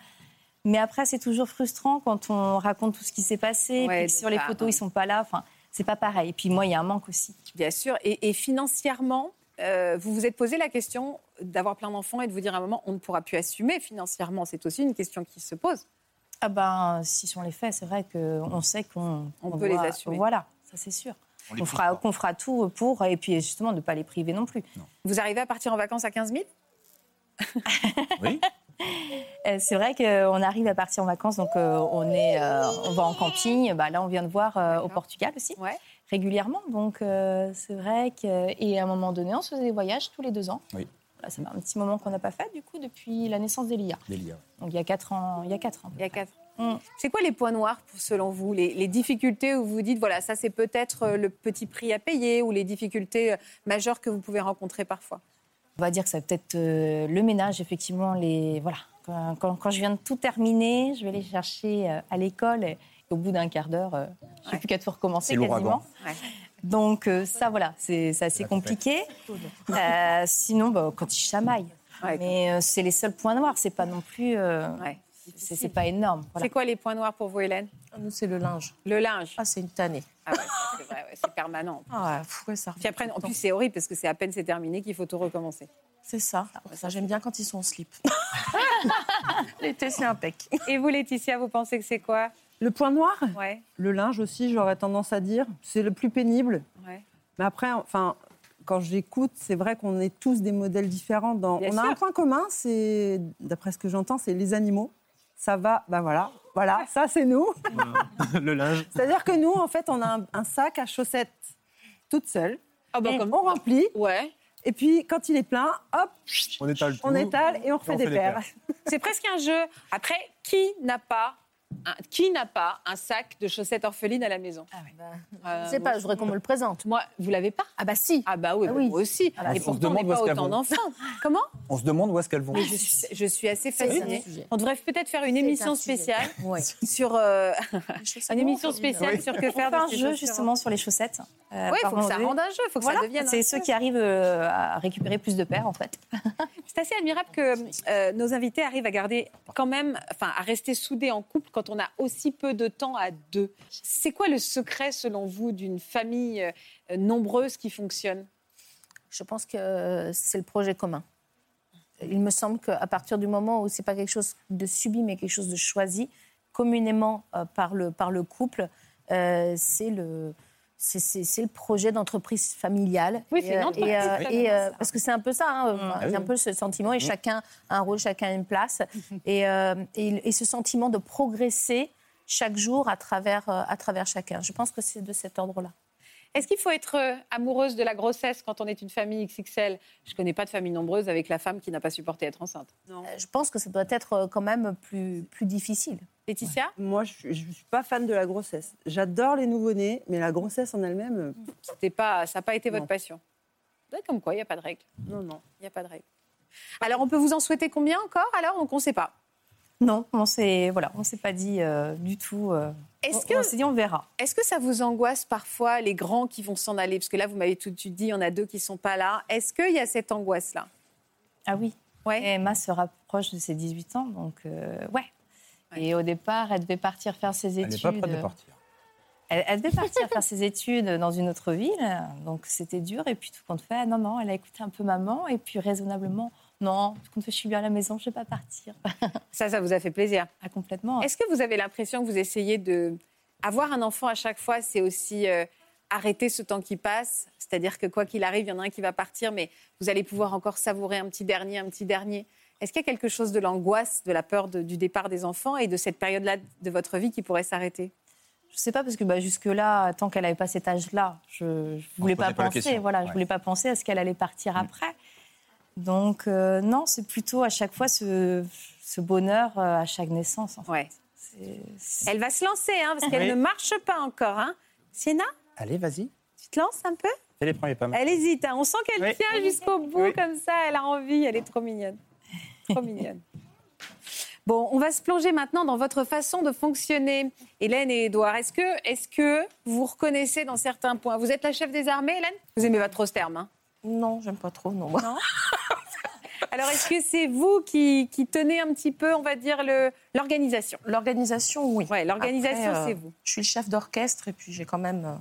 S7: Mais après, c'est toujours frustrant quand on raconte tout ce qui s'est passé,
S2: Ouais,
S7: puis que
S2: de
S7: sur les
S2: ça,
S7: photos,
S2: ouais.
S7: ils sont pas là. Enfin, c'est pas pareil. Et puis moi, il y a un manque aussi.
S2: Bien sûr. Et, et financièrement, euh, vous vous êtes posé la question d'avoir plein d'enfants et de vous dire à un moment, on ne pourra plus assumer financièrement. C'est aussi une question qui se pose.
S7: Ah ben, si sont les faits, c'est vrai qu'on sait qu'on
S2: Mmh. On
S7: qu'on
S2: peut les
S7: doit-
S2: assumer.
S7: Voilà, ça c'est sûr.
S2: On les
S7: On, fera, qu'on fera tout pour, et puis justement, de ne pas les priver non plus.
S2: Vous arrivez à partir en vacances à 15 000
S7: Euh, C'est vrai qu'on arrive à partir en vacances, donc euh, on, est, euh, on va en camping. Bah, là, on vient de voir euh, au Portugal aussi, régulièrement. Donc, euh, c'est vrai que. Et à un moment donné, on se faisait des voyages tous les deux ans.
S11: Oui.
S7: Voilà, ça fait un petit moment qu'on n'a pas fait, du coup, depuis la naissance d'Elia.
S11: Délia.
S7: Donc, il y a quatre ans. Il y a quatre ans.
S2: Il y a quatre. C'est quoi les points noirs, pour, selon vous les, les difficultés où vous dites, voilà, ça c'est peut-être euh, le petit prix à payer ou les difficultés euh, majeures que vous pouvez rencontrer parfois
S7: On va dire que ça va peut-être euh, le ménage, effectivement. Les, voilà. quand, quand- quand je viens de tout terminer, je vais les chercher euh, à l'école. Et, au bout d'un quart d'heure, euh, je n'ai plus qu'à tout recommencer
S5: C'est l'ouragan.
S7: quasiment. Donc euh, ça, voilà, c'est c'est assez compliqué. Euh, sinon, bah, quand ils chamaillent. Mais euh, c'est les seuls points noirs. C'est pas non plus. euh, c'est c'est pas énorme. voilà.
S2: C'est quoi les points noirs pour vous, Hélène
S5: Ah, Nous, c'est le linge.
S2: Le linge
S5: Ah, c'est une tannée.
S2: Ah ouais, c'est vrai, ouais, c'est permanent.
S5: Ah ouais, pff, ouais, ça
S2: Puis après, en plus, c'est horrible parce que c'est à peine c'est terminé qu'il faut tout recommencer.
S5: C'est ça. ça J'aime bien quand ils sont en slip. L'été, c'est impec.
S2: Et vous, Laetitia, vous pensez que c'est quoi
S6: Le point noir
S2: Ouais.
S6: Le linge aussi, j'aurais tendance à dire. C'est le plus pénible.
S2: Ouais.
S6: Mais après, enfin, quand j'écoute, c'est vrai qu'on est tous des modèles différents. Dans...
S2: Bien
S6: On a
S2: sûr.
S6: un point commun, c'est, d'après ce que j'entends, c'est les animaux. Ça va, ben voilà, voilà, ça c'est nous.
S12: le linge.
S6: C'est-à-dire que nous, en fait, on a un, un sac à chaussettes toute seule.
S2: bah, comme-
S6: On remplit.
S2: Ouais.
S6: Et puis, quand il est plein, hop,
S12: On étale
S6: on étale et on refait des paires.
S2: C'est presque un jeu. Après, qui n'a pas un, qui n'a pas un sac de chaussettes orphelines à la maison
S11: Ah
S2: Euh,
S13: Je sais pas, je voudrais qu'on me le
S2: présente. Moi, vous l'avez pas Ah bah si. Ah bah oui, bah, moi aussi.
S11: Ah bah
S2: Et
S11: si. On se
S2: pourtant, on
S11: demande
S2: n'est
S11: où est-ce
S2: pas
S11: qu'elles
S2: autant
S11: vont.
S2: d'enfants. Comment
S11: On se demande où est-ce qu'elles vont.
S2: Mais je suis, je suis assez
S11: C'est
S2: fascinée.
S11: un sujet.
S2: On devrait peut-être faire une émission spéciale sur euh, une émission spéciale sur que faire
S7: On fait
S2: de
S7: un
S2: ces
S7: jeu
S2: chaussures.
S7: justement sur les chaussettes. Euh,
S2: Ouais,
S7: par
S2: faut que ça
S7: moment
S2: rende un jeu, faut que ça
S7: Voilà,
S2: devienne un
S7: C'est ceux
S2: jeu.
S7: qui arrivent euh, à récupérer plus de paires en fait.
S2: C'est assez admirable que euh, nos invités arrivent à garder quand même, enfin, à rester soudés en couple quand on a aussi peu de temps à deux. C'est quoi le secret, selon vous, d'une famille euh, nombreuse qui fonctionne
S13: Je pense que euh, c'est le projet commun. Il me semble qu'à partir du moment où c'est pas quelque chose de subi, mais quelque chose de choisi communément euh, par, le, par le couple, euh, c'est le. C'est c'est- c'est le projet d'entreprise familiale.
S2: Oui, c'est
S13: Et,
S2: une
S13: euh,
S2: entreprise
S13: et, euh,
S2: familiale.
S13: et, euh, parce que c'est un peu ça, hein, enfin,
S2: Ah oui.
S13: c'est un peu ce sentiment. Et
S2: Mm.
S13: chacun a un rôle, chacun a une place. et, euh, et- et ce sentiment de progresser chaque jour à travers, euh, à travers chacun. Je pense que c'est de cet ordre-là.
S2: Est-ce qu'il faut être euh, amoureuse de la grossesse quand on est une famille XXL Je connais pas de famille nombreuse avec la femme qui n'a pas supporté être enceinte.
S13: Euh, Je pense que ça doit être euh, quand même plus, plus difficile.
S2: Laetitia
S6: Moi, je ne suis pas fan de la grossesse. J'adore les nouveau-nés, mais la grossesse en elle-même.
S2: C'était pas, ça n'a pas été votre passion. Ouais, Comme quoi, il n'y a pas de règle.
S6: Non, non.
S2: Il n'y a pas de règle. Alors, on peut vous en souhaiter combien encore Alors, donc, on ne sait pas.
S7: Non, on s'est voilà, on s'est pas dit euh, du tout. euh,
S2: Est-ce
S7: on-
S2: que-
S7: on s'est dit on verra.
S2: Est-ce que ça vous angoisse parfois les grands qui vont s'en aller Parce que là, vous m'avez tout de suite dit, il y en a deux qui ne sont pas là. Est-ce qu'il y a cette angoisse-là
S7: Ah oui. Et Emma se rapproche de ses 18 ans, donc euh, ouais. Et au départ, elle devait partir faire ses
S11: Elle
S7: études.
S11: n'est pas prête de partir.
S7: Elle, elle devait partir faire ses études dans une autre ville, donc c'était dur. Et puis tout compte fait, non, non, elle a écouté un peu maman, et puis raisonnablement, non, tout compte fait, je suis bien à la maison, je vais pas partir.
S2: Ça, ça vous a fait plaisir
S7: Ah, complètement.
S2: Est-ce que vous avez l'impression que vous essayez de avoir un enfant à chaque fois, c'est aussi euh, arrêter ce temps qui passe. C'est-à-dire que quoi qu'il arrive, il y en a un qui va partir, mais vous allez pouvoir encore savourer un petit dernier, un petit dernier. Est-ce qu'il y a quelque chose de l'angoisse, de la peur de- du départ des enfants et de cette période-là de votre vie qui pourrait s'arrêter
S7: Je sais pas parce que bah, jusque-là, tant qu'elle n'avait pas cet âge-là, je, je voulais
S2: posait
S7: pas
S2: pas la
S7: penser.
S2: question,
S7: voilà, je
S2: ouais.
S7: voulais pas penser à ce qu'elle allait partir après. Donc euh, non, c'est plutôt à chaque fois ce, ce bonheur euh, à chaque naissance. En fait.
S2: Elle va se lancer, hein, parce qu'elle
S11: Oui.
S2: ne marche pas encore. Hein. Siena,
S11: Allez, vas-y.
S2: tu te lances un peu
S11: Fais les premiers pas.
S2: Elle hésite. hein. On sent qu'elle
S11: Oui.
S2: tient jusqu'au bout comme ça. Elle a envie. Elle est trop mignonne. Trop mignonne. Bon, on va se plonger maintenant dans votre façon de fonctionner, Hélène et Édouard. Est-ce que, est-ce que vous vous reconnaissez dans certains points Vous êtes la chef des armées, Hélène Vous aimez pas trop ce terme hein
S5: Non, j'aime pas trop, non.
S2: Alors, est-ce que c'est vous qui, qui tenez un petit peu, on va dire, le, l'organisation
S5: L'organisation, oui.
S2: Ouais, l'organisation,
S5: Après, euh,
S2: c'est vous.
S5: Je suis le chef d'orchestre et puis j'ai quand même euh,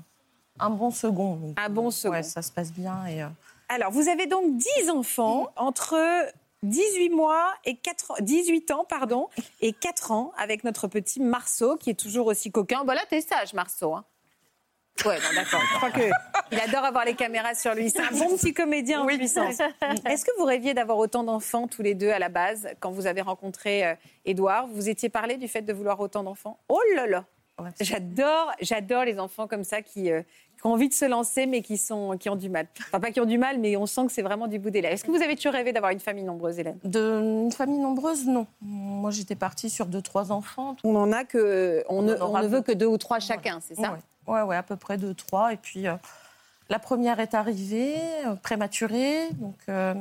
S5: un bon second. un bon second. Ouais, ça se passe bien. Et, euh,
S2: Alors, vous avez donc 10 enfants entre 18 mois et 4 18 ans pardon, et 4 ans avec notre petit Marceau qui est toujours aussi coquin. Bah là, t'es sage, Marceau. hein. Ouais, non, d'accord. Je crois que il adore avoir les caméras sur lui. C'est un bon petit comédien en puissance. Est-ce que vous rêviez d'avoir autant d'enfants tous les deux à la base quand vous avez rencontré euh, Édouard Vous vous étiez parlé du fait de vouloir autant d'enfants Oh là là J'adore, j'adore les enfants comme ça qui, euh, qui ont envie de se lancer mais qui sont, qui ont du mal. Enfin pas qui ont du mal, mais on sent que c'est vraiment du bout des lèvres. Est-ce que vous avez toujours rêvé d'avoir une famille nombreuse, Hélène Ah
S5: de une famille nombreuse, non. Moi, j'étais partie sur deux, trois enfants.
S2: On en a que, on, ne,
S5: en aura
S2: on ne veut que deux ou trois chacun, c'est ça
S5: Ouais. ouais, ouais, à peu près deux, trois. Et puis, euh, la première est arrivée, euh, prématurée. Donc, euh,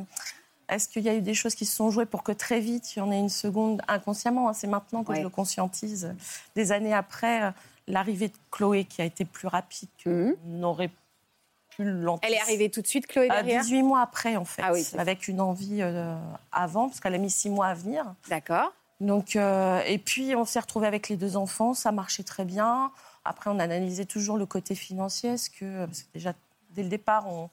S5: est-ce qu'il y a eu des choses qui se sont jouées pour que très vite, il y en ait une seconde inconsciemment hein, C'est maintenant que je le conscientise. Des années après, euh, l'arrivée de Chloé, qui a été plus rapide que
S2: Mmh.
S5: n'aurait pu l'anticiper.
S2: Elle est arrivée tout de suite, Chloé,
S5: Euh,
S2: derrière
S5: 18 mois après, en fait.
S2: Ah oui, c'est
S5: avec une envie euh, avant, parce qu'elle a mis 6 mois à venir.
S2: D'accord.
S5: Donc, euh, et puis, on s'est retrouvés avec les deux enfants, ça marchait très bien. Après, on analysait toujours le côté financier, parce que, euh, parce que déjà, dès le départ, on,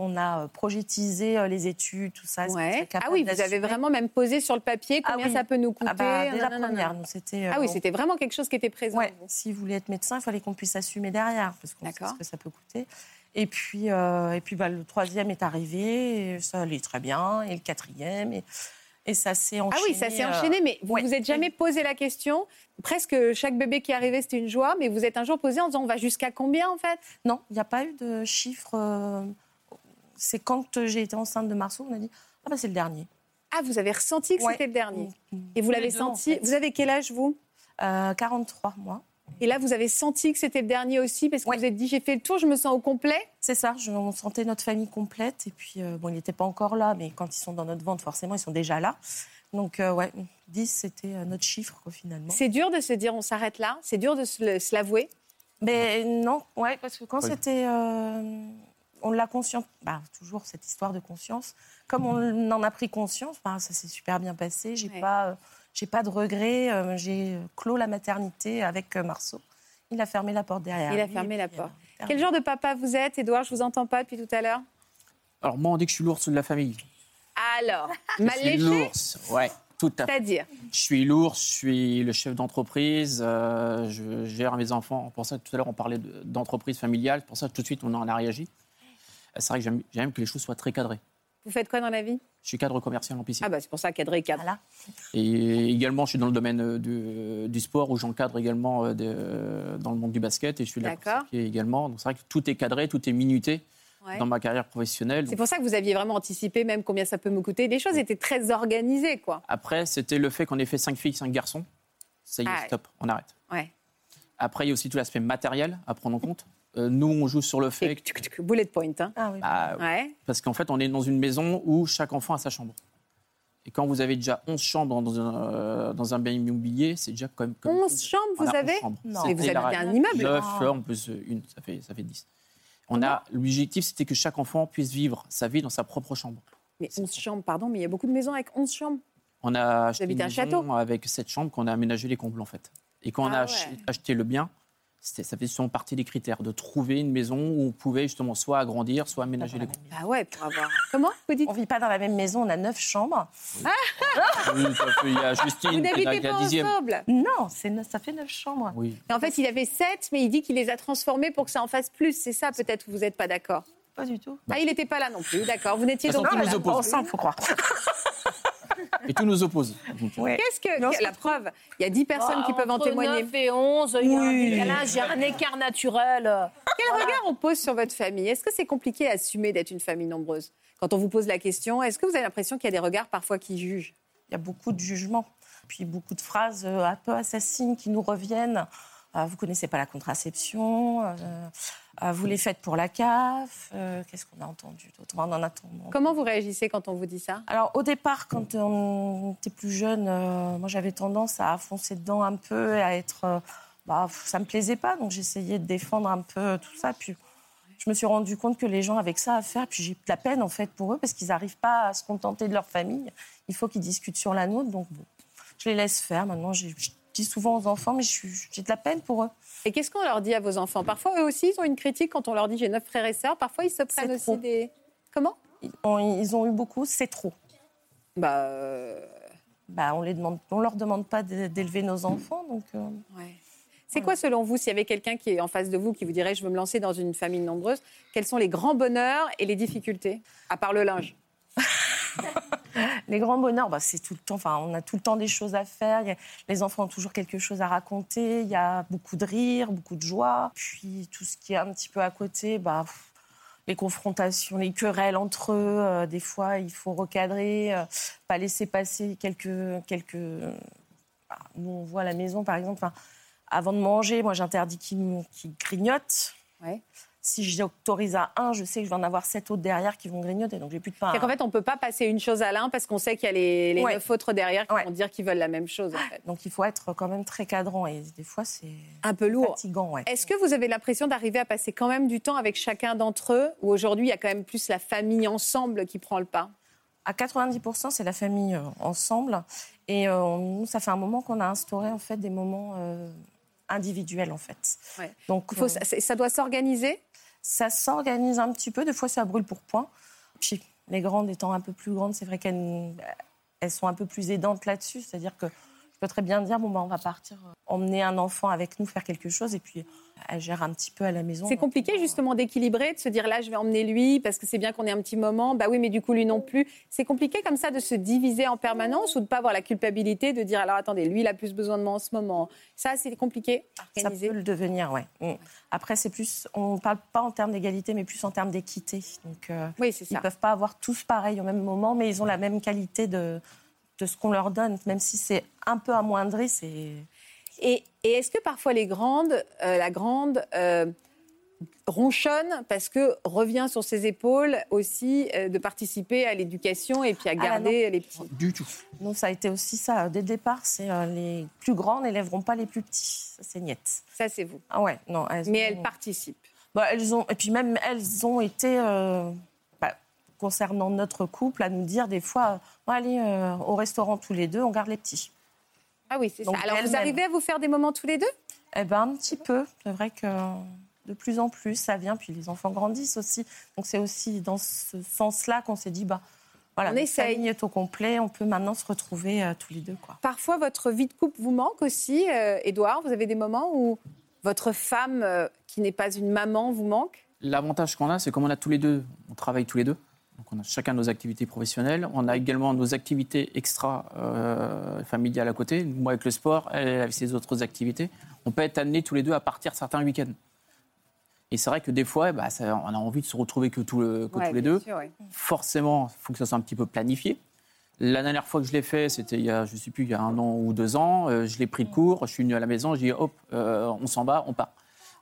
S5: on a euh, projetisé euh, les études, tout ça. Est-ce qu'on serait
S2: Ah
S5: capable
S2: oui, vous
S5: d'assumer
S2: avez vraiment même posé sur le papier combien ça peut nous coûter.
S5: Ah bah, dès la
S2: nanana.
S5: première, nous, c'était... euh,
S2: Ah oui, c'était vraiment quelque chose qui était présent.
S5: Ouais, si vous voulez être médecin, il fallait qu'on puisse assumer derrière, parce qu'on sait ce que ça peut coûter. Et puis, euh, et puis bah, le troisième est arrivé, et ça allait très bien, et le quatrième, et, et ça s'est
S2: Ah
S5: enchaîné.
S2: oui, ça s'est
S5: euh,
S2: enchaîné, mais vous vous êtes jamais posé la question. Presque chaque bébé qui arrivait, c'était une joie, mais vous êtes un jour posé en disant on va jusqu'à combien en fait
S5: Non, il n'y a pas eu de chiffre. euh, c'est quand j'ai été enceinte de Marceau, on a dit Ah, bah, c'est le dernier.
S2: Ah, vous avez ressenti que
S5: Ouais. Mm,
S2: c'était le dernier. Et vous
S5: Tous
S2: l'avez
S5: les deux, en
S2: senti.
S5: fait.
S2: Vous avez quel âge, vous
S5: Euh, 43 mois.
S2: Et là, vous avez senti que c'était le dernier aussi, parce que vous vous êtes dit j'ai fait le tour, je me sens au complet.
S5: C'est ça, je- on sentait notre famille complète. Et puis, euh, bon, il n'était pas encore là, mais quand ils sont dans notre ventre, forcément, ils sont déjà là. Donc, euh, ouais, 10, c'était euh, notre chiffre, quoi, finalement.
S2: C'est dur de se dire on s'arrête là, c'est dur de se le- se l'avouer.
S5: Mais non, ouais, parce que quand
S2: Oui.
S5: c'était. euh, on l'a conscient. Bah, toujours cette histoire de conscience. Comme
S2: Mhm.
S5: on en a pris conscience, bah, ça s'est super bien passé. J'ai pas, euh, j'ai pas de regrets. euh, J'ai euh, clos la maternité avec euh, Marceau. Il a fermé la porte derrière.
S2: Il a
S5: lui,
S2: fermé
S5: et
S2: la
S5: puis,
S2: porte.
S5: euh,
S2: Quel genre de papa vous êtes, Edouard Je vous entends pas depuis tout à l'heure.
S14: Alors, moi, on dit que je suis l'ours de la famille.
S2: Alors,
S14: Je
S2: mal
S14: suis
S2: léché,
S14: l'ours, ouais, tout à fait.
S2: c'est-à-dire
S14: Je suis l'ours, je suis le chef d'entreprise, euh, je gère mes enfants. Pour ça, tout à l'heure, on parlait de- d'entreprise familiale. Pour ça, tout de suite, on en a réagi. Euh, C'est vrai que j'aime j'aime que les choses soient très cadrées.
S2: Vous faites quoi dans la vie
S14: Je suis cadre commercial en piscine.
S2: Ah bah c'est pour ça cadré cadre.
S14: Et également, je suis dans le domaine euh, du, du sport où j'encadre également euh, de- dans le monde du basket et je suis de la course à
S2: D'accord.
S14: pied également. Donc c'est vrai que tout est cadré, tout est minuté
S2: Ouais.
S14: dans ma carrière professionnelle.
S2: C'est
S14: Donc,
S2: pour ça que vous aviez vraiment anticipé même combien ça peut me coûter. Les choses étaient très organisées, quoi.
S14: Après, c'était le fait qu'on ait fait cinq filles, cinq garçons. Ça y est,
S2: Ah ouais.
S14: stop, on arrête.
S2: Ouais.
S14: Après, il y a aussi tout l'aspect matériel à prendre en compte. Euh, nous, on joue sur le fait.
S2: Bullet point. Hein.
S5: Ah oui.
S14: Ah,
S2: Ouais.
S14: Parce qu'en fait, on est dans une maison où chaque enfant a sa chambre. Et quand vous avez déjà 11 chambres dans un, euh, dans un bien immobilier, c'est déjà quand même. comme-
S2: 11 chambres, vous
S14: On a 11
S2: avez
S14: chambres.
S2: Non.
S14: C'était
S2: Mais vous
S14: la
S2: habitez
S14: règle.
S2: un immeuble.
S14: Neuf,
S2: Ah.
S14: fleurs, en plus euh, une, ça fait, ça fait 10. On a, l'objectif, c'était que chaque enfant puisse vivre sa vie dans sa propre chambre.
S2: Mais 11 chambres, pardon, mais il y a beaucoup de maisons avec 11 chambres.
S14: On a acheté
S2: habitez
S14: une
S2: un
S14: maison
S2: château Ah
S14: avec cette chambre qu'on a aménagé les combles en fait. Et quand on a ach- acheté le bien, c'était- ça faisait souvent partie des critères, de trouver une maison où on pouvait justement soit agrandir, soit aménager les groupes.
S2: Ah ouais, pour avoir. Comment vous dites
S5: On vit pas dans la même maison, on a neuf chambres.
S14: Oui, parce qu'il y a Ah, Justine
S2: Ah,
S14: qui
S2: Vous
S14: est la,
S2: n'habitez
S14: la
S2: pas
S14: dixième.
S2: ensemble
S5: Non, c'est neuf- ça fait neuf chambres.
S14: Oui.
S2: En fait, il avait sept, mais il dit qu'il les a transformés pour que ça en fasse plus. C'est ça, peut-être, que vous n'êtes pas d'accord
S5: Pas du tout.
S2: Ah, il n'était pas là non plus, d'accord. Vous n'étiez
S14: De toute
S2: donc
S14: façon,
S2: pas
S14: tout nous
S2: là.
S14: oppose.
S5: faut croire.
S14: Et tout nous oppose. Donc, euh,
S2: Qu'est-ce que. la preuve, il y a dix personnes qui peuvent en
S13: 9
S2: témoigner.
S13: Oh, Bah, et 11, il y a un
S2: Oui.
S13: décalage, il y a un écart naturel.
S2: Quel regard on pose sur votre famille Est-ce que c'est compliqué à assumer d'être une famille nombreuse Quand on vous pose la question, est-ce que vous avez l'impression qu'il y a des regards parfois qui jugent
S5: Il y a beaucoup de jugements, puis beaucoup de phrases euh, un peu assassines qui nous reviennent. Euh, vous connaissez pas la contraception, euh, euh, vous les faites pour la CAF. euh, Qu'est-ce qu'on a entendu d'autre On en a entendu.
S2: Comment vous réagissez quand on vous dit ça
S5: Alors au départ, quand on était plus jeune, euh, moi j'avais tendance à foncer dedans un peu et à être, euh, bah, pff, ça me plaisait pas, donc j'essayais de défendre un peu tout ça. Puis je me suis rendu compte que les gens avec ça à faire, puis j'ai de la peine en fait pour eux parce qu'ils n'arrivent pas à se contenter de leur famille. Il faut qu'ils discutent sur la nôtre, donc bon, je les laisse faire. Maintenant, j'ai- je dis souvent aux enfants, mais je suis- j'ai de la peine pour eux.
S2: Et qu'est-ce qu'on leur dit à vos enfants Parfois, eux aussi, ils ont une critique quand on leur dit j'ai neuf frères et sœurs. Parfois, ils se prennent aussi des. Comment
S5: ils ont, ils ont eu beaucoup, c'est trop.
S2: Bah,
S5: bah on les demande, on leur demande pas d'é- d'élever nos enfants, donc. euh,
S2: C'est quoi, selon vous, s'il y avait quelqu'un qui est en face de vous qui vous dirait je veux me lancer dans une famille nombreuse, quels sont les grands bonheurs et les difficultés, à part le linge
S5: Les grands bonheurs, bah, c'est tout le temps. Enfin, on a tout le temps des choses à faire. Il y a- les enfants ont toujours quelque chose à raconter. Il y a beaucoup de rire, beaucoup de joie. Puis tout ce qui est un petit peu à côté, bah, pff, les confrontations, les querelles entre eux. euh, des fois, il faut recadrer, euh, pas laisser passer quelques quelques. bah, nous, on voit à la maison, par exemple. enfin, Avant de manger, moi, j'interdis qu'ils m- qu'ils grignotent. Si j'autorise à un, je sais que je vais en avoir sept autres derrière qui vont grignoter. Donc, j'ai plus de pain. à-
S2: C'est qu'en fait, on ne peut pas passer une chose à l'un parce qu'on sait qu'il y a les, les
S5: Ah. Ouais.
S2: neuf autres derrière qui vont dire qu'ils veulent la même chose. en fait.
S5: Donc il faut être quand même très cadrant et des fois c'est
S2: un peu lourd.
S5: Fatigant, ouais.
S2: Est-ce que vous avez l'impression d'arriver à passer quand même du temps avec chacun d'entre eux ou aujourd'hui, il y a quand même plus la famille ensemble qui prend le pas
S5: À 90%, c'est la famille euh, ensemble et euh, on- nous, ça fait un moment qu'on a instauré en fait des moments euh, individuels en fait.
S2: Ouais.
S5: Donc euh,
S2: Faut- ça- ça doit s'organiser.
S5: Ça s'organise un petit peu. Des fois ça brûle pour point. Puis les grandes étant un peu plus grandes, c'est vrai qu'elles euh, elles sont un peu plus aidantes là-dessus, c'est-à-dire que je peux très bien dire bon bah, on va partir euh, emmener un enfant avec nous faire quelque chose et puis euh, elle gère un petit peu à la maison. euh,
S2: C'est compliqué justement d'équilibrer, de se dire là je vais emmener lui parce que c'est bien qu'on ait un petit moment, bah oui mais du coup lui non plus. C'est compliqué comme ça de se diviser en permanence ou de pas avoir la culpabilité de dire alors attendez lui il a plus besoin de moi en ce moment. Ça c'est compliqué. à
S5: Ça
S2: organiser.
S5: peut le devenir, ouais. Mm. Après, c'est plus, on ne parle pas en termes d'égalité, mais plus en termes d'équité. Donc, euh,
S2: Oui, c'est
S5: ils
S2: ça.
S5: ne peuvent pas avoir tous pareil au même moment, mais ils ont la même qualité de, de ce qu'on leur donne, même si c'est un peu amoindri. C'est
S2: Et, et est-ce que parfois les grandes, euh, la grande euh, ronchonne parce que revient sur ses épaules aussi euh, de participer à l'éducation et
S5: Ah,
S2: puis à garder les petits
S14: Du tout.
S5: Non, ça a été aussi ça. Dès le départ, c'est euh, les plus grands n'élèveront pas les plus petits. Ça, c'est niette.
S2: Ça, c'est vous.
S5: Ah ouais, non.
S2: Mais elles participent.
S5: Bah, elles ont, et puis même, elles ont été, euh, bah, concernant notre couple, à nous dire des fois, Bon, allez euh, au restaurant tous les deux, on garde les petits.
S2: Ah oui, c'est ça.
S5: Donc,
S2: Alors vous
S5: elles-mêmes.
S2: arrivez à vous faire des moments tous les deux
S5: Eh ben, un petit peu. C'est vrai que de plus en plus, ça vient. Puis les enfants grandissent aussi. Donc c'est aussi dans ce sens-là qu'on s'est dit, bah, voilà,
S2: On
S5: notre
S2: essaye.
S5: famille est au complet. On peut maintenant se retrouver euh, tous les deux. Quoi.
S2: Parfois, votre vie de couple vous manque aussi, euh, Edouard. Vous avez des moments où votre femme, euh, qui n'est pas une maman, vous manque
S14: L'avantage qu'on a, c'est comme on a tous les deux, on travaille tous les deux. Donc on a chacun nos activités professionnelles. On a également nos activités extra euh, familiales à côté. Moi avec le sport, elle avec ses autres activités. On peut être amenés tous les deux à partir certains week-ends. Et c'est vrai que des fois, eh ben, ça- on a envie de se retrouver que, tout le- que
S2: Ouais,
S14: tous les
S2: bien
S14: deux.
S2: sûr, ouais.
S14: Forcément, il faut que ça soit un petit peu planifié. La dernière fois que je l'ai fait, c'était il y a, je sais plus, il y a un an ou deux ans. Euh, je l'ai pris de court, je suis venu à la maison, j'ai dit hop, euh, on s'en va, on part.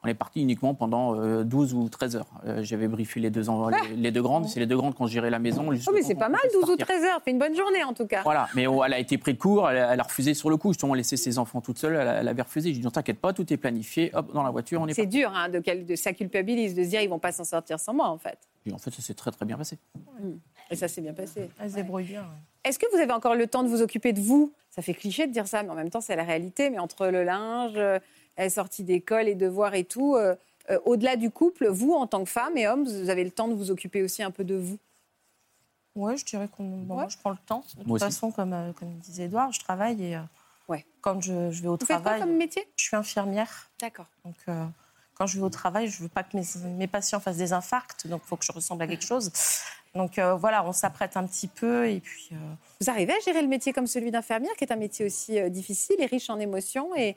S14: On est parti uniquement pendant euh, 12 ou 13 heures. Euh, J'avais briefé les deux, en-
S2: Ah.
S14: les, les deux grandes, c'est les deux grandes qui ont géré la maison. juste
S2: Oh, mais
S14: le temps
S2: c'est pas
S14: qu'on
S2: mal,
S14: puisse
S2: 12 ou
S14: partir.
S2: 13 heures. Fait une bonne journée, en tout cas.
S14: Voilà, mais oh, elle a été pris de court, elle, a- elle a refusé sur le coup. Justement, laisser ses enfants toute seule, elle, a- elle avait refusé. J'ai dit non, t'inquiète pas, tout est planifié, hop, dans la voiture, on est,
S2: C'est
S14: parti.
S2: dur hein, de, quel- de- ça culpabilise, de se dire ils vont pas s'en sortir sans moi, en fait.
S14: Et en fait, ça s'est très très bien passé.
S2: Mm. Et ça s'est bien passé.
S5: Elles se débrouillent bien.
S2: Est-ce que vous avez encore le temps de vous occuper de vous Ça fait cliché de dire ça, mais en même temps, c'est la réalité. Mais entre le linge, euh, euh, sortie d'école et devoirs et tout. euh, euh, Au-delà du couple, vous, en tant que femme et homme, vous avez le temps de vous occuper aussi un peu de vous.
S5: Ouais, je dirais qu'on. bon, moi, je prends le temps. De toute
S2: Moi aussi.
S5: façon, comme, euh, comme disait Edouard, je travaille et euh, quand je, je vais au
S2: Vous faites quoi
S5: travail.
S2: comme métier
S5: Je suis infirmière.
S2: D'accord.
S5: Donc, euh, quand je vais au travail, je veux pas que mes, mes patients fassent des infarcts, donc il faut que je ressemble à quelque chose. Donc euh, voilà, on s'apprête un petit peu et puis. euh,
S2: Vous arrivez à gérer le métier comme celui d'infirmière, qui est un métier aussi euh, difficile et riche en émotions, et,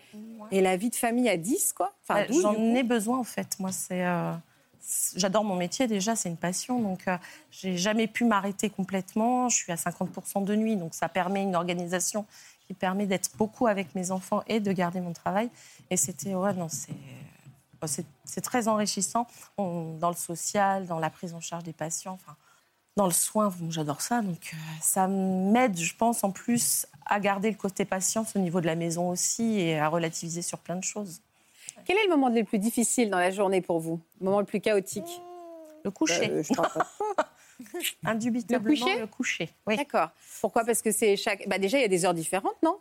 S2: et la vie de famille à 10, quoi. Enfin,
S5: Ouais,
S2: 12,
S5: Bah, J'en
S2: du coup.
S5: ai besoin en fait. Moi, c'est, euh, c'est- j'adore mon métier déjà, c'est une passion. Donc, euh, j'ai jamais pu m'arrêter complètement. Je suis à 50% de nuit, donc ça permet une organisation qui permet d'être beaucoup avec mes enfants et de garder mon travail. Et c'était ouais, non, c'est, ouais, c'est, c'est très enrichissant On- dans le social, dans la prise en charge des patients. Enfin, dans le soin, bon, j'adore ça. Donc, euh, ça m'aide, je pense, en plus à garder le côté patience au niveau de la maison aussi et à relativiser sur plein de choses.
S2: Quel est le moment le plus difficile dans la journée pour vous Le moment le plus chaotique Euh,
S5: Le coucher. Indubitablement,
S2: Le coucher
S5: le coucher. Oui.
S2: D'accord. Pourquoi Parce que c'est chaque. Bah, déjà, il y a des heures différentes, non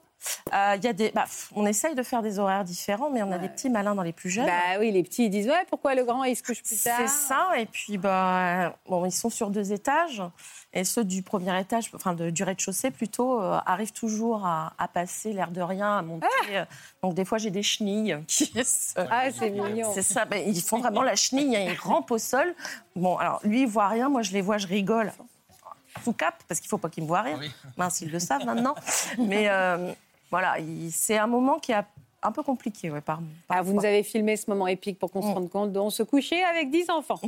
S5: Euh, il y a des... bah, pff, on essaye de faire des horaires différents, mais on a des petits malins dans les plus jeunes.
S2: Bah oui, les petits, ils disent Ouais, pourquoi le grand, il se couche plus tard
S5: C'est ça, et puis bah, bon, ils sont sur deux étages, et ceux du premier étage, enfin de- du rez-de-chaussée plutôt, euh, arrivent toujours à, à passer l'air de rien, à monter. euh, Donc des fois j'ai des chenilles qui se-
S2: Ah, c'est mignon.
S5: C'est ça, mais ils font vraiment la chenille, hein, ils rampent au sol. Bon, alors lui il voit rien, moi je les vois, je rigole. Sous cap, parce qu'il faut pas qu'ils me voient rire. Mince, ils le savent maintenant. Mais euh, voilà, il- c'est un moment qui est un peu compliqué, ouais, par,
S2: Ah, vous nous avez filmé ce moment épique pour qu'on
S15: Mm.
S2: se rende compte d'on se couchait avec 10 enfants.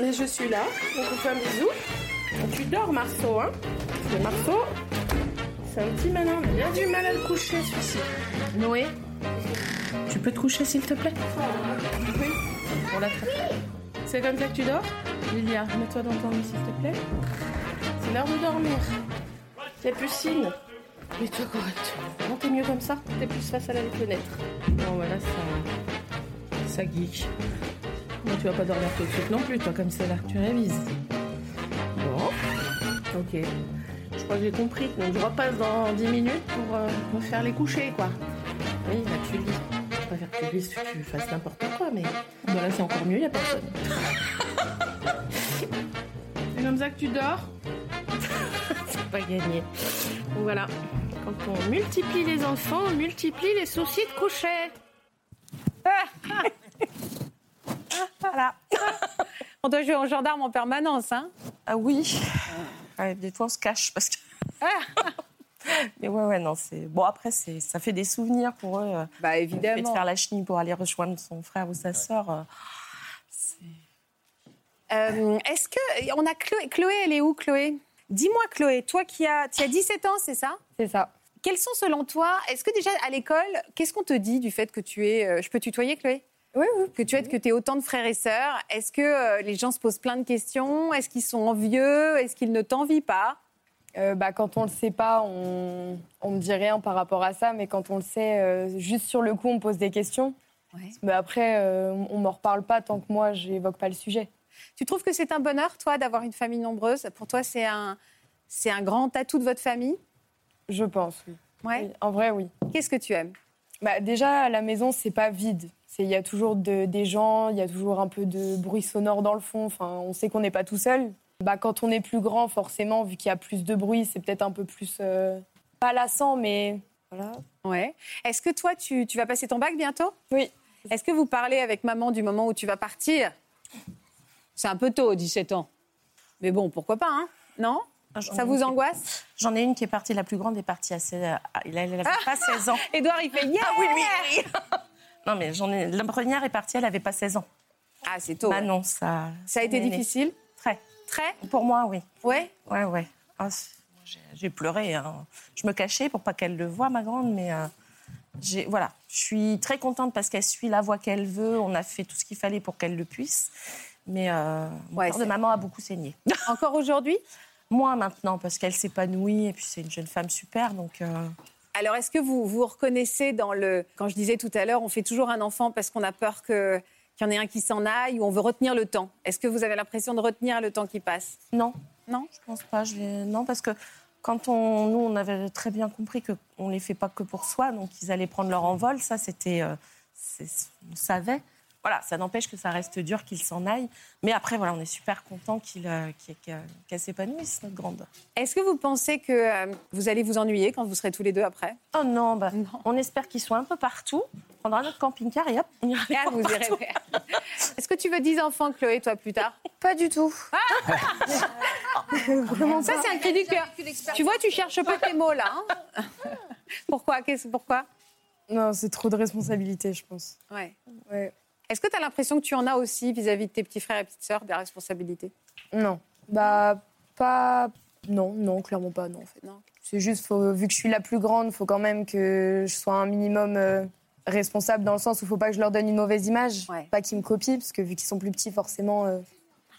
S15: Mais je suis là, on vous fait un bisou. Tu dors, Marceau, hein Parce que Marceau, c'est un petit malin, il a bien du mal à le coucher, celui-ci. Noé, tu peux te coucher, s'il te plaît Oui. On l'a fait. C'est comme ça que tu dors Lilia, mets-toi dans ton lit, s'il te plaît. C'est l'heure de dormir. La pucine. Mets-toi correctement. T'es mieux comme ça T'es plus face à la fenêtre. Bon, voilà, ça... Ça geek. Mais tu vas pas dormir tout de suite non plus, toi, comme c'est là. Tu révises. Bon. Ok. Je crois que j'ai compris. Donc je repasse dans 10 minutes pour euh, me faire les coucher, quoi. Oui, bah tu lis. Je préfère que tu lises que tu fasses n'importe quoi, mais bon, Bah, là c'est encore mieux, y a personne. c'est comme ça que tu dors C'est pas gagné. Donc voilà. Quand on multiplie les enfants, on multiplie les soucis de coucher.
S2: Ah Voilà. on doit jouer en gendarme en permanence, hein
S5: Ah oui. Ouais, des fois, on se cache parce que. Mais ouais, ouais, non, c'est. Bon, après, c'est... ça fait des souvenirs pour eux. euh,
S2: Bah,
S5: Le fait
S2: évidemment.
S5: de faire la chenille pour aller rejoindre son frère ou sa sœur. euh,
S2: Euh, Est-ce que on a Chloé Chloé, elle est où, Chloé Dis-moi, Chloé, toi qui as, tu as 17 ans, c'est ça
S10: C'est ça.
S2: Quels sont, selon toi, est-ce que déjà à l'école, qu'est-ce qu'on te dit du fait que tu es, euh, je peux tutoyer, Chloé
S10: Oui, oui.
S2: Que tu es, que tu es autant de frères et sœurs. Est-ce que euh, les gens se posent plein de questions Est-ce qu'ils sont envieux Est-ce qu'ils ne t'envient pas
S10: Euh, bah, quand on le sait pas, on on me dit rien par rapport à ça, mais quand on le sait, euh, juste sur le coup, on me pose des questions. Mais après, euh, on m'en reparle pas tant que moi, j'évoque pas le sujet.
S2: Tu trouves que c'est un bonheur, toi, d'avoir une famille nombreuse Pour toi, c'est un, c'est un grand atout de votre famille
S10: Je pense, oui.
S2: Ouais.
S10: Oui, En vrai, oui.
S2: Qu'est-ce que tu aimes
S10: bah, Déjà, à la maison, c'est pas vide. C'est- Il y a toujours de- des gens, il y a toujours un peu de bruit sonore dans le fond. Enfin, on sait qu'on n'est pas tout seul. Bah, quand on est plus grand, forcément, vu qu'il y a plus de bruit, c'est peut-être un peu plus. euh, pas lassant, mais. Voilà.
S2: Ouais. Est-ce que toi, tu, tu vas passer ton bac bientôt
S10: Oui.
S2: Est-ce que vous parlez avec maman du moment où tu vas partir C'est un peu tôt, 17 ans. Mais bon, pourquoi pas, hein Non
S5: Ah,
S2: Ça vous angoisse
S5: J'en ai une qui est partie, la plus grande est partie à 16 ans. Elle n'avait pas 16 ans.
S2: Édouard, il fait yeah
S5: Ah oui, oui, oui. Non, mais j'en ai... la première est partie, elle n'avait pas 16 ans.
S2: Ah, c'est tôt.
S5: Bah non, ça.
S2: Ça a été
S5: Néné.
S2: difficile
S5: Très.
S2: Très
S5: Pour moi, oui.
S2: Ouais
S5: Ouais, ouais. Ah, c'est- moi, j'ai- j'ai pleuré. hein. Je me cachais pour pas qu'elle le voie, ma grande, mais euh, j'ai voilà. Je suis très contente parce qu'elle suit la voie qu'elle veut. On a fait tout ce qu'il fallait pour qu'elle le puisse. Mais euh, mon
S2: Ouais,
S5: cœur de
S2: c'est-
S5: maman a beaucoup saigné.
S2: Encore aujourd'hui
S5: Moi maintenant, parce qu'elle s'épanouit et puis c'est une jeune femme super, donc. euh,
S2: Alors, est-ce que vous vous reconnaissez dans le. Quand je disais tout à l'heure, on fait toujours un enfant parce qu'on a peur que- qu'il y en ait un qui s'en aille ou on veut retenir le temps. Est-ce que vous avez l'impression de retenir le temps qui passe
S5: Non.
S2: Non
S5: Je pense pas. Je vais... Non, parce que Quand on, nous, on avait très bien compris qu'on ne les fait pas que pour soi, donc ils allaient prendre leur envol, ça, c'était. euh, c'est- on savait. Voilà, ça n'empêche que ça reste dur qu'ils s'en aillent. Mais après, voilà, on est super content qu'ils euh, qu'ils- qu'elles qu'elles s'épanouissent, notre grande.
S2: Est-ce que vous pensez que euh, vous allez vous ennuyer quand vous serez tous les deux après
S5: Oh non, bah, on espère qu'ils soient un peu partout. On prendra notre camping-car et hop, on ira les
S2: Ah,
S5: voir
S2: vous irez
S5: partout.
S2: faire. Est-ce que tu veux 10 enfants, Chloé, toi, plus tard Pas du tout.
S5: Vraiment
S2: ça,
S5: pas.
S2: c'est un cri du cœur. Tu vois, tu cherches pas tes mots, là. hein. pourquoi Qu'est-ce- Pourquoi
S10: Non, c'est trop de responsabilité, je pense.
S2: ouais.
S10: Ouais.
S2: Est-ce que tu as l'impression que tu en as aussi vis-à-vis de tes petits frères et petites sœurs, des responsabilités
S10: Non. Bah, pas. Non, non, clairement pas, non, en fait.
S2: Non.
S10: C'est juste, faut- vu que je suis la plus grande, faut quand même que je sois un minimum euh, responsable dans le sens où faut pas que je leur donne une mauvaise image, pas qu'ils me copient, parce que vu qu'ils sont plus petits, forcément, euh,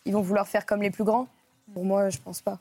S10: ils vont vouloir faire comme les plus grands. Pour moi, je pense pas.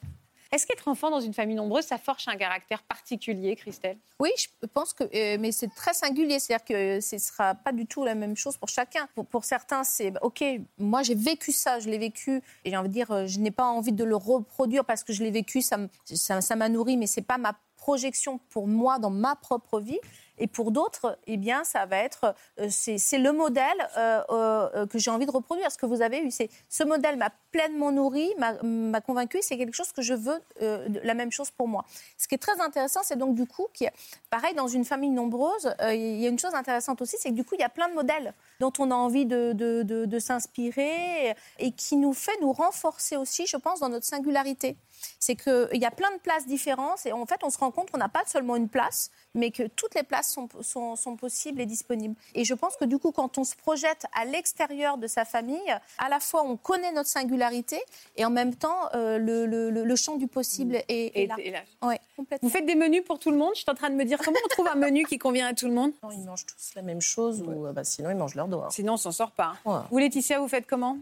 S2: Est-ce qu'être enfant dans une famille nombreuse, ça forge un caractère particulier, Christelle
S13: Oui, je pense que, euh, mais c'est très singulier, c'est-à-dire que euh, ce ne sera pas du tout la même chose pour chacun. Pour, pour certains, c'est bah, OK, moi j'ai vécu ça, je l'ai vécu, et j'ai envie de dire, euh, je n'ai pas envie de le reproduire parce que je l'ai vécu, ça m- ça ça m'a nourri, mais c'est pas ma projection pour moi dans ma propre vie. Et pour d'autres, eh bien, ça va être, euh, c'est c'est le modèle euh, euh, euh, que j'ai envie de reproduire. Ce que vous avez eu, c'est ce modèle m'a pleinement nourri, m'a- m'a convaincu. C'est quelque chose que je veux, euh, de- la même chose pour moi. Ce qui est très intéressant, c'est donc du coup qu'il y a- pareil dans une famille nombreuse, euh, il y a une chose intéressante aussi, c'est que du coup il y a plein de modèles dont on a envie de, de- de- de s'inspirer et qui nous fait nous renforcer aussi, je pense, dans notre singularité. C'est qu'il y a plein de places différentes et en fait on se rend compte qu'on n'a pas seulement une place, mais que toutes les places sont, sont- sont possibles et disponibles. Et je pense que du coup quand on se projette à l'extérieur de sa famille, à la fois on connaît notre singularité et en même temps euh, le, le- le- le champ du possible est, est
S2: Mmh. Et-
S13: là.
S2: et là.
S13: Ouais, complètement.
S2: Vous faites des menus pour tout le monde Je suis en train de me dire comment on trouve un menu qui convient à tout le monde
S5: Ils mangent tous la même chose, ou euh, bah, sinon ils mangent leur doigt.
S2: Sinon, on s'en sort pas. hein.
S5: Ouais.
S2: Vous, Laetitia, vous faites comment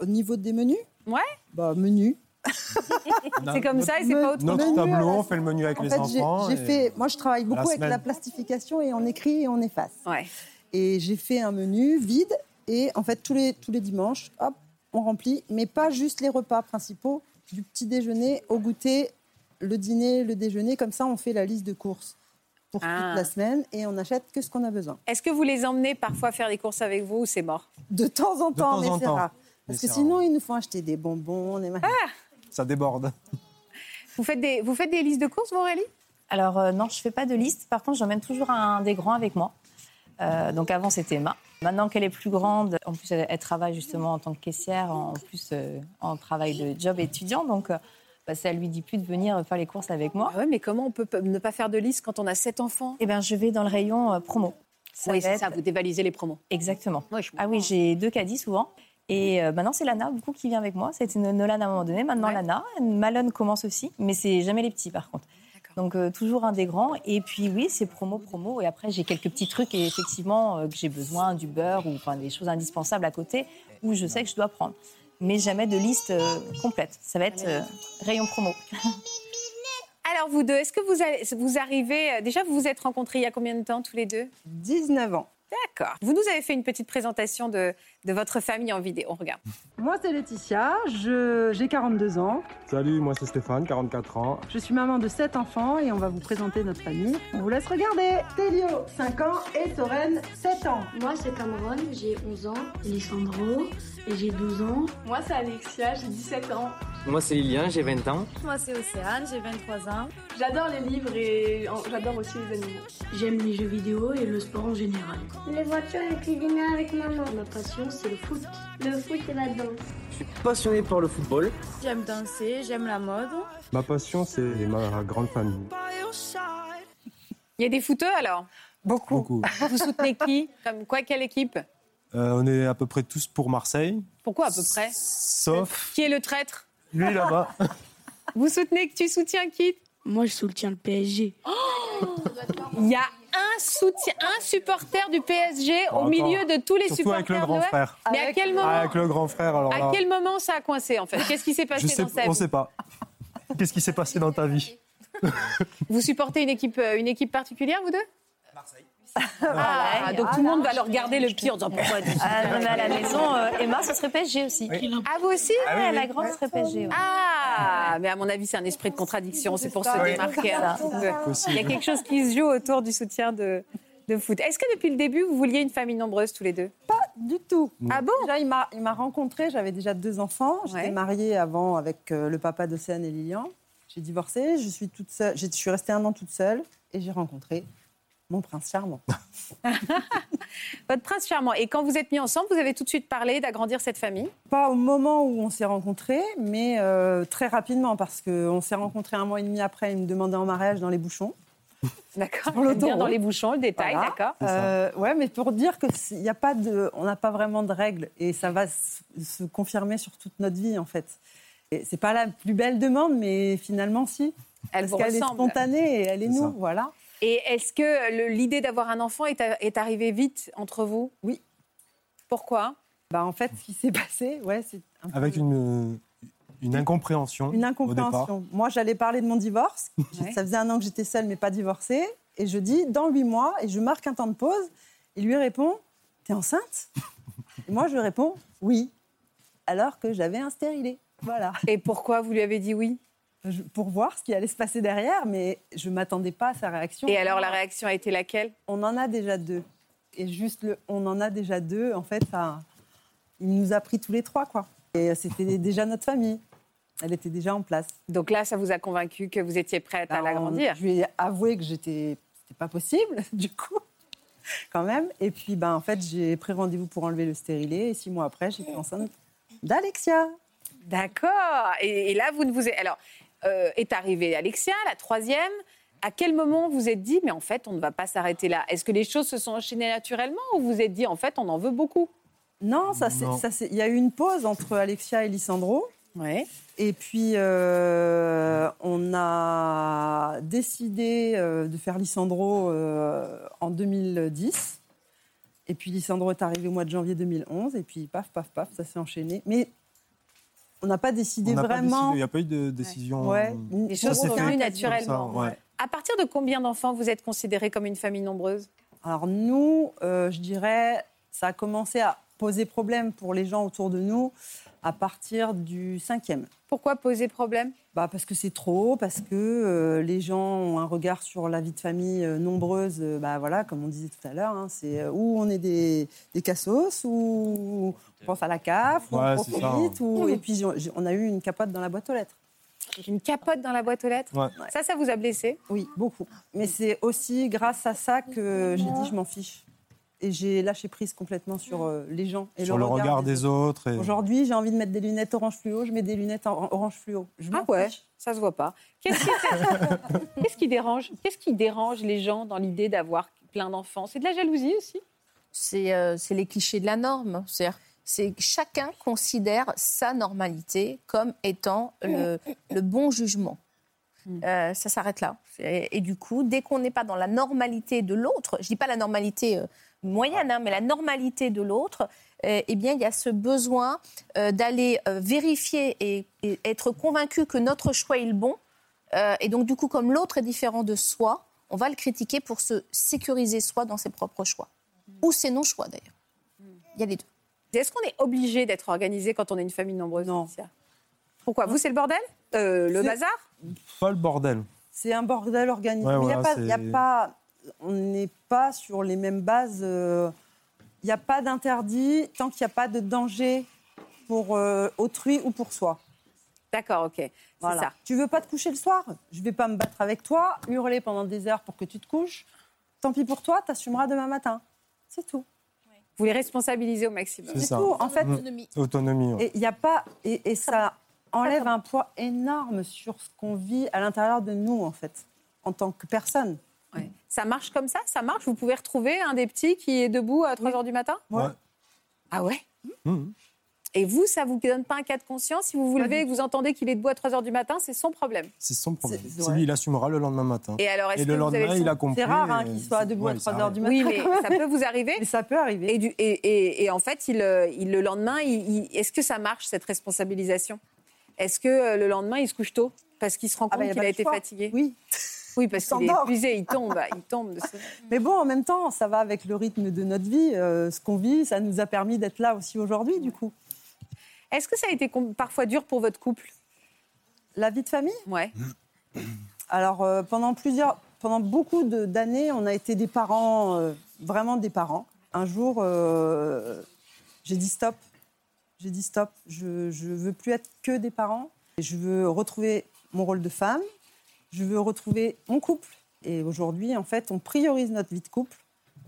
S6: Au niveau des menus
S2: Ouais.
S6: Bah, menu.
S2: C'est comme ça et c'est pas autrement.
S12: Notre tableau, on fait le menu avec
S6: En
S12: les
S6: fait, j'ai-
S12: enfants.
S6: j'ai
S12: et-
S6: fait. Moi, je travaille
S12: la
S6: beaucoup avec
S12: semaine.
S6: la plastification et on écrit et on efface.
S2: Ouais.
S6: Et j'ai fait un menu vide et en fait tous les tous les dimanches, hop, on remplit, mais pas juste les repas principaux, du petit déjeuner au goûter, le dîner, le déjeuner. Comme ça, on fait la liste de courses pour
S2: Ah.
S6: toute la semaine et on achète que ce qu'on a besoin.
S2: Est-ce que vous les emmenez parfois faire des courses avec vous ou c'est mort
S6: De temps en
S12: De
S6: temps,
S12: temps
S6: mais
S12: en
S6: c'est
S12: temps.
S6: rare.
S12: Mais
S6: Parce que
S12: c'est
S6: sinon, ils nous font acheter des bonbons, des machins.
S12: Ça déborde.
S2: Ah Vous faites des, vous faites des listes de courses, vous, Aurélie
S7: Alors, euh, non, je fais pas de liste. Par contre, j'emmène toujours un des grands avec moi. Euh, donc, avant, c'était Emma. Maintenant qu'elle est plus grande, en plus, elle, elle travaille justement en tant que caissière, en plus, euh, en travail de job étudiant. Donc, euh, bah, ça lui dit plus de venir faire les courses avec moi.
S2: Ah ouais, mais comment on peut p- ne pas faire de liste quand on a sept enfants
S7: Eh bien, je vais dans le rayon euh, promo.
S2: Oui,
S7: va
S2: c'est
S7: être-
S2: ça, vous dévalisez les promos.
S7: Exactement. ah oui, j'ai deux caddies souvent. Et euh, maintenant, c'est Lana, du coup, qui vient avec moi. C'était une- Nolan à un moment donné. Maintenant, Lana. Malone commence aussi. Mais c'est jamais les petits, par contre. Donc, euh, toujours un des grands. Et puis, oui, c'est promo, promo. Et après, j'ai quelques petits trucs, et effectivement, euh, que j'ai besoin du beurre ou enfin, des choses indispensables à côté, où je sais que je dois prendre. Mais jamais de liste euh, complète. Ça
S2: Ah,
S7: va être euh, rayon promo.
S2: Alors, vous deux, est-ce que vous, allez- vous arrivez. euh, Déjà, vous vous êtes rencontrés il y a combien de temps, tous les deux
S6: 19 ans.
S2: D'accord. Vous nous avez fait une petite présentation de, de votre famille en vidéo. On regarde.
S4: Moi, c'est Laetitia, je- j'ai 42 ans,
S12: Salut, moi c'est Stéphane, 44 ans.
S4: je suis maman de 7 enfants et on va vous présenter notre famille. On vous laisse regarder. Télio, 5 ans et Soren, 7 ans.
S16: Moi, c'est Cameron, j'ai 11 ans. Alessandro, et j'ai 12 ans.
S17: Moi, c'est Alexia, j'ai 17 ans.
S18: Moi, c'est Lilien, j'ai 20 ans.
S17: Moi, c'est Océane, j'ai 23 ans. J'adore les livres et en- j'adore aussi les animaux.
S16: J'aime les jeux vidéo et le sport en général. Les voitures et cuisiner avec maman. Ma passion, c'est le foot. Le foot et la danse.
S18: Passionné par le football.
S17: J'aime danser, j'aime la mode.
S12: Ma passion, c'est ma grande famille.
S2: Il y a des footeux, alors
S12: Beaucoup.
S2: Vous soutenez qui Comme quoi, quelle équipe
S12: Euh, on est à peu près tous pour Marseille,
S2: Pourquoi, à peu près
S12: sauf
S2: Qui est le traître
S12: lui là-bas.
S2: Vous soutenez, tu soutiens qui
S16: Moi, je soutiens le PSG.
S2: Il y a un soutien, un supporter du PSG
S12: Pas
S2: au
S12: encore.
S2: milieu de tous les
S12: Surtout
S2: supporters.
S12: avec le grand
S2: de l'OM.
S12: frère.
S2: Mais à quel moment
S12: Ah, Avec le grand frère, alors là.
S2: À quel moment ça a coincé en fait Qu'est-ce qui s'est
S12: je
S2: passé
S12: sais,
S2: dans sa
S12: on
S2: vie
S12: sait pas. Qu'est-ce qui s'est passé dans ta vie
S2: Vous supportez une équipe, euh, une équipe particulière, vous deux
S9: Marseille.
S2: Ah, donc tout le monde va leur regarder le petit en disant pourquoi dis-tu
S13: Ah, non, mais à la maison, euh, Emma, ce serait PSG aussi.
S2: Ah, vous aussi
S13: Ah oui, oui. La grande serait PSG. ouais.
S2: Ah, mais à mon avis, c'est un esprit de contradiction. C'est pour se
S13: ça. Oui.
S2: démarquer.
S13: C'est
S2: un petit
S13: ça.
S2: peu.
S13: Possible.
S2: Il y a quelque chose qui se joue autour du soutien de, de foot. Est-ce que depuis le début, vous vouliez une famille nombreuse tous les deux
S6: Du tout. Ah bon Déjà, il m'a il m'a rencontré, j'avais déjà deux enfants. J'étais mariée avant avec euh, le papa d'Océane et Lilian. J'ai divorcé, je suis, toute seule, j'ai- je suis restée un an toute seule et j'ai rencontré mon prince charmant.
S2: Votre prince charmant. Et quand vous êtes mis ensemble, vous avez tout de suite parlé d'agrandir cette famille
S6: Pas au moment où on s'est rencontrés, mais euh, très rapidement parce qu'on s'est rencontrés un mois et demi après. Il me demandait en mariage dans les bouchons.
S2: D'accord.
S6: Pour
S2: Bien
S6: l'autoroute.
S2: dans les bouchons, le détail,
S6: Voilà.
S2: d'accord
S6: Euh, ouais, mais pour dire que c'est- y a pas de, on n'a pas vraiment de règles et ça va se, se confirmer sur toute notre vie en fait. Et c'est pas la plus belle demande, mais finalement si.
S2: Elle vous
S6: Parce qu'elle est
S2: ressemble.
S6: spontanée et elle est,
S2: C'est
S6: nous,
S2: ça.
S6: voilà.
S2: Et est-ce que euh, le- l'idée d'avoir un enfant est, a- est arrivée vite entre vous
S6: Oui.
S2: Pourquoi
S6: Bah en fait, ce qui s'est passé, ouais, c'est un peu-
S12: Avec une, euh, une incompréhension.
S6: une
S12: Ah Au départ.
S6: incompréhension. Moi, j'allais parler de mon divorce. J'ai- Ça faisait un an que j'étais seule, mais pas divorcée. Et je dis dans huit mois, et je marque un temps de pause. Il lui répond, t'es enceinte Et moi, je réponds, oui. Alors que j'avais un stérilé. Voilà.
S2: Et pourquoi vous lui avez dit oui
S6: Pour voir ce qui allait se passer derrière, mais je m'attendais pas à sa réaction.
S2: Et alors, la réaction a été laquelle
S6: On en a déjà deux. Et juste le on en a déjà deux, en fait, ça, il nous a pris tous les trois, quoi. Et c'était déjà notre famille. Elle était déjà en place.
S2: Donc là, ça vous a convaincu que vous étiez prête
S6: Bah,
S2: à l'agrandir
S6: Je lui ai avoué que j'étais, c'était pas possible, du coup, quand même. Et puis, ben, en fait, j'ai pris rendez-vous pour enlever le stérilet. Et six mois après, j'étais enceinte d'Alexia.
S2: D'accord. Et, et là, vous ne vous êtes. Alors, euh, est arrivée Alexia, la troisième. À quel moment vous êtes dit, mais en fait, on ne va pas s'arrêter là Est-ce que les choses se sont enchaînées naturellement ou vous êtes dit, en fait, on en veut beaucoup
S6: Non, ça c'est,
S2: Non.
S6: ça c'est- il y a eu une pause entre Alexia et Lisandro.
S2: Ouais.
S6: Et puis euh, on a décidé euh, de faire Lisandro euh, en 2010. Et puis Lisandro est arrivé au mois de janvier 2011. Et puis paf, paf, paf, ça s'est enchaîné. Mais on n'a pas décidé
S12: On n'a pas décidé,
S6: vraiment.
S12: Il n'y a pas eu de décision.
S6: Ouais.
S12: euh,
S6: Les
S12: ça
S6: choses
S12: s'est
S6: sont
S12: fait
S6: venues
S12: comme ça,
S2: naturellement,
S12: ouais.
S2: À partir de combien d'enfants vous êtes considérée comme une famille nombreuse
S6: Alors nous, euh, je dirais, ça a commencé à poser problème pour les gens autour de nous à partir du cinquième.
S2: Pourquoi poser problème
S6: bah parce que c'est trop, parce que euh, les gens ont un regard sur la vie de famille euh, nombreuse. euh, bah voilà, comme on disait tout à l'heure, hein, c'est euh, ou on est des, des cassos, ou on pense à la CAF, ou
S12: Ouais,
S6: on
S12: c'est ça,
S6: profite,
S12: hein.
S6: ou- et puis j'ai- j'ai- on a eu une capote dans la boîte aux lettres.
S2: Une capote dans la boîte aux lettres
S12: Ouais.
S2: Ça, ça vous a blessé
S6: Oui, beaucoup. Mais c'est aussi grâce à ça que j'ai dit je m'en fiche. Et j'ai lâché prise complètement sur euh, les gens et
S12: Sur le regard des autres. et-
S6: Aujourd'hui, j'ai envie de mettre des lunettes orange fluo, je mets des lunettes en- orange fluo. Je m'en
S2: Ah ouais,
S6: fiche.
S2: ça se voit pas. Qu'est-ce qui, qu'est-ce qui dérange Qu'est-ce qui dérange les gens dans l'idée d'avoir plein d'enfants C'est de la jalousie aussi
S13: c'est euh, c'est les clichés de la norme. C'est-à-dire, c'est que chacun considère sa normalité comme étant le, le bon jugement. Euh, ça s'arrête là. Et, et du coup, dès qu'on n'est pas dans la normalité de l'autre, je dis pas la normalité euh, moyenne, hein, mais la normalité de l'autre, euh, eh bien, il y a ce besoin euh, d'aller euh, vérifier et, et être convaincu que notre choix est le bon. Euh, et donc, du coup, comme l'autre est différent de soi, on va le critiquer pour se sécuriser soi dans ses propres choix. Ou ses non-choix, d'ailleurs. Il y a les deux.
S2: Est-ce qu'on est obligé d'être organisé quand on est une famille nombreuse Non. Pourquoi Vous, c'est le bordel Euh, Le
S6: C'est-
S2: bazar
S12: Pas le bordel.
S6: C'est un bordel organisé.
S12: Ouais,
S6: Mais il y a
S12: voilà,
S6: pas-
S12: c'est-
S6: il y a pas, on n'est pas sur les mêmes bases. euh, Il n'y a pas d'interdit tant qu'il n'y a pas de danger pour euh, autrui ou pour soi.
S2: D'accord, ok. C'est
S6: Voilà.
S2: ça.
S6: Tu veux pas te coucher le soir Je vais pas me battre avec toi, hurler pendant des heures pour que tu te couches. Tant pis pour toi, t'assumeras demain matin. C'est tout.
S2: Vous les responsabilisez au maximum.
S12: C'est ça.
S6: tout, en fait.
S12: Mm. Autonomie. ouais.
S6: Et il y a pas et, et ça enlève un poids énorme sur ce qu'on vit à l'intérieur de nous en fait, en tant que personne.
S2: Ça marche comme ça Ça marche Vous pouvez retrouver un des petits qui est debout à 3 h du matin
S12: Ouais.
S2: Ah ouais
S12: Mhm.
S2: Et vous, ça vous donne pas un cas de conscience Si vous vous levez et que vous entendez qu'il est debout à 3 h du matin, c'est son problème.
S12: C'est son problème.
S2: C'est-
S12: C'est lui, il assumera le lendemain matin.
S2: Et alors, est-ce que
S12: le
S2: vous avez
S12: lendemain,
S2: le
S12: il a
S2: sou-
S12: compris.
S2: C'est rare, hein,
S12: et-
S6: qu'il soit debout à
S12: ouais,
S6: 3
S12: ça
S6: heures
S12: arrive.
S6: du
S2: Oui, mais ça peut vous arriver.
S6: ça peut arriver.
S2: Et, du- et, et- et en fait, il, euh, il- le lendemain, il- il- est-ce que ça marche, cette responsabilisation Est-ce que euh, le lendemain, il se couche tôt Parce qu'il se rend compte
S6: bah, y a
S2: qu'il
S6: pas
S2: a
S6: de
S2: été
S6: choix.
S2: fatigué
S6: Oui.
S2: Oui, parce qu'il est
S6: s'endort.
S2: épuisé, il tombe, il tombe. de ce-
S6: Mm. Mais bon, en même temps, ça va avec le rythme de notre vie. euh, ce qu'on vit, ça nous a permis d'être là aussi aujourd'hui, du coup.
S2: Est-ce que ça a été com- parfois dur pour votre couple
S6: La vie de famille
S2: Ouais.
S6: Alors, euh, pendant plusieurs, pendant beaucoup de- d'années, on a été des parents, euh, vraiment des parents. Un jour, euh, j'ai dit stop. J'ai dit stop. Je, je veux plus être que des parents. Je veux retrouver mon rôle de femme. Je veux retrouver mon couple. Et aujourd'hui, en fait, on priorise notre vie de couple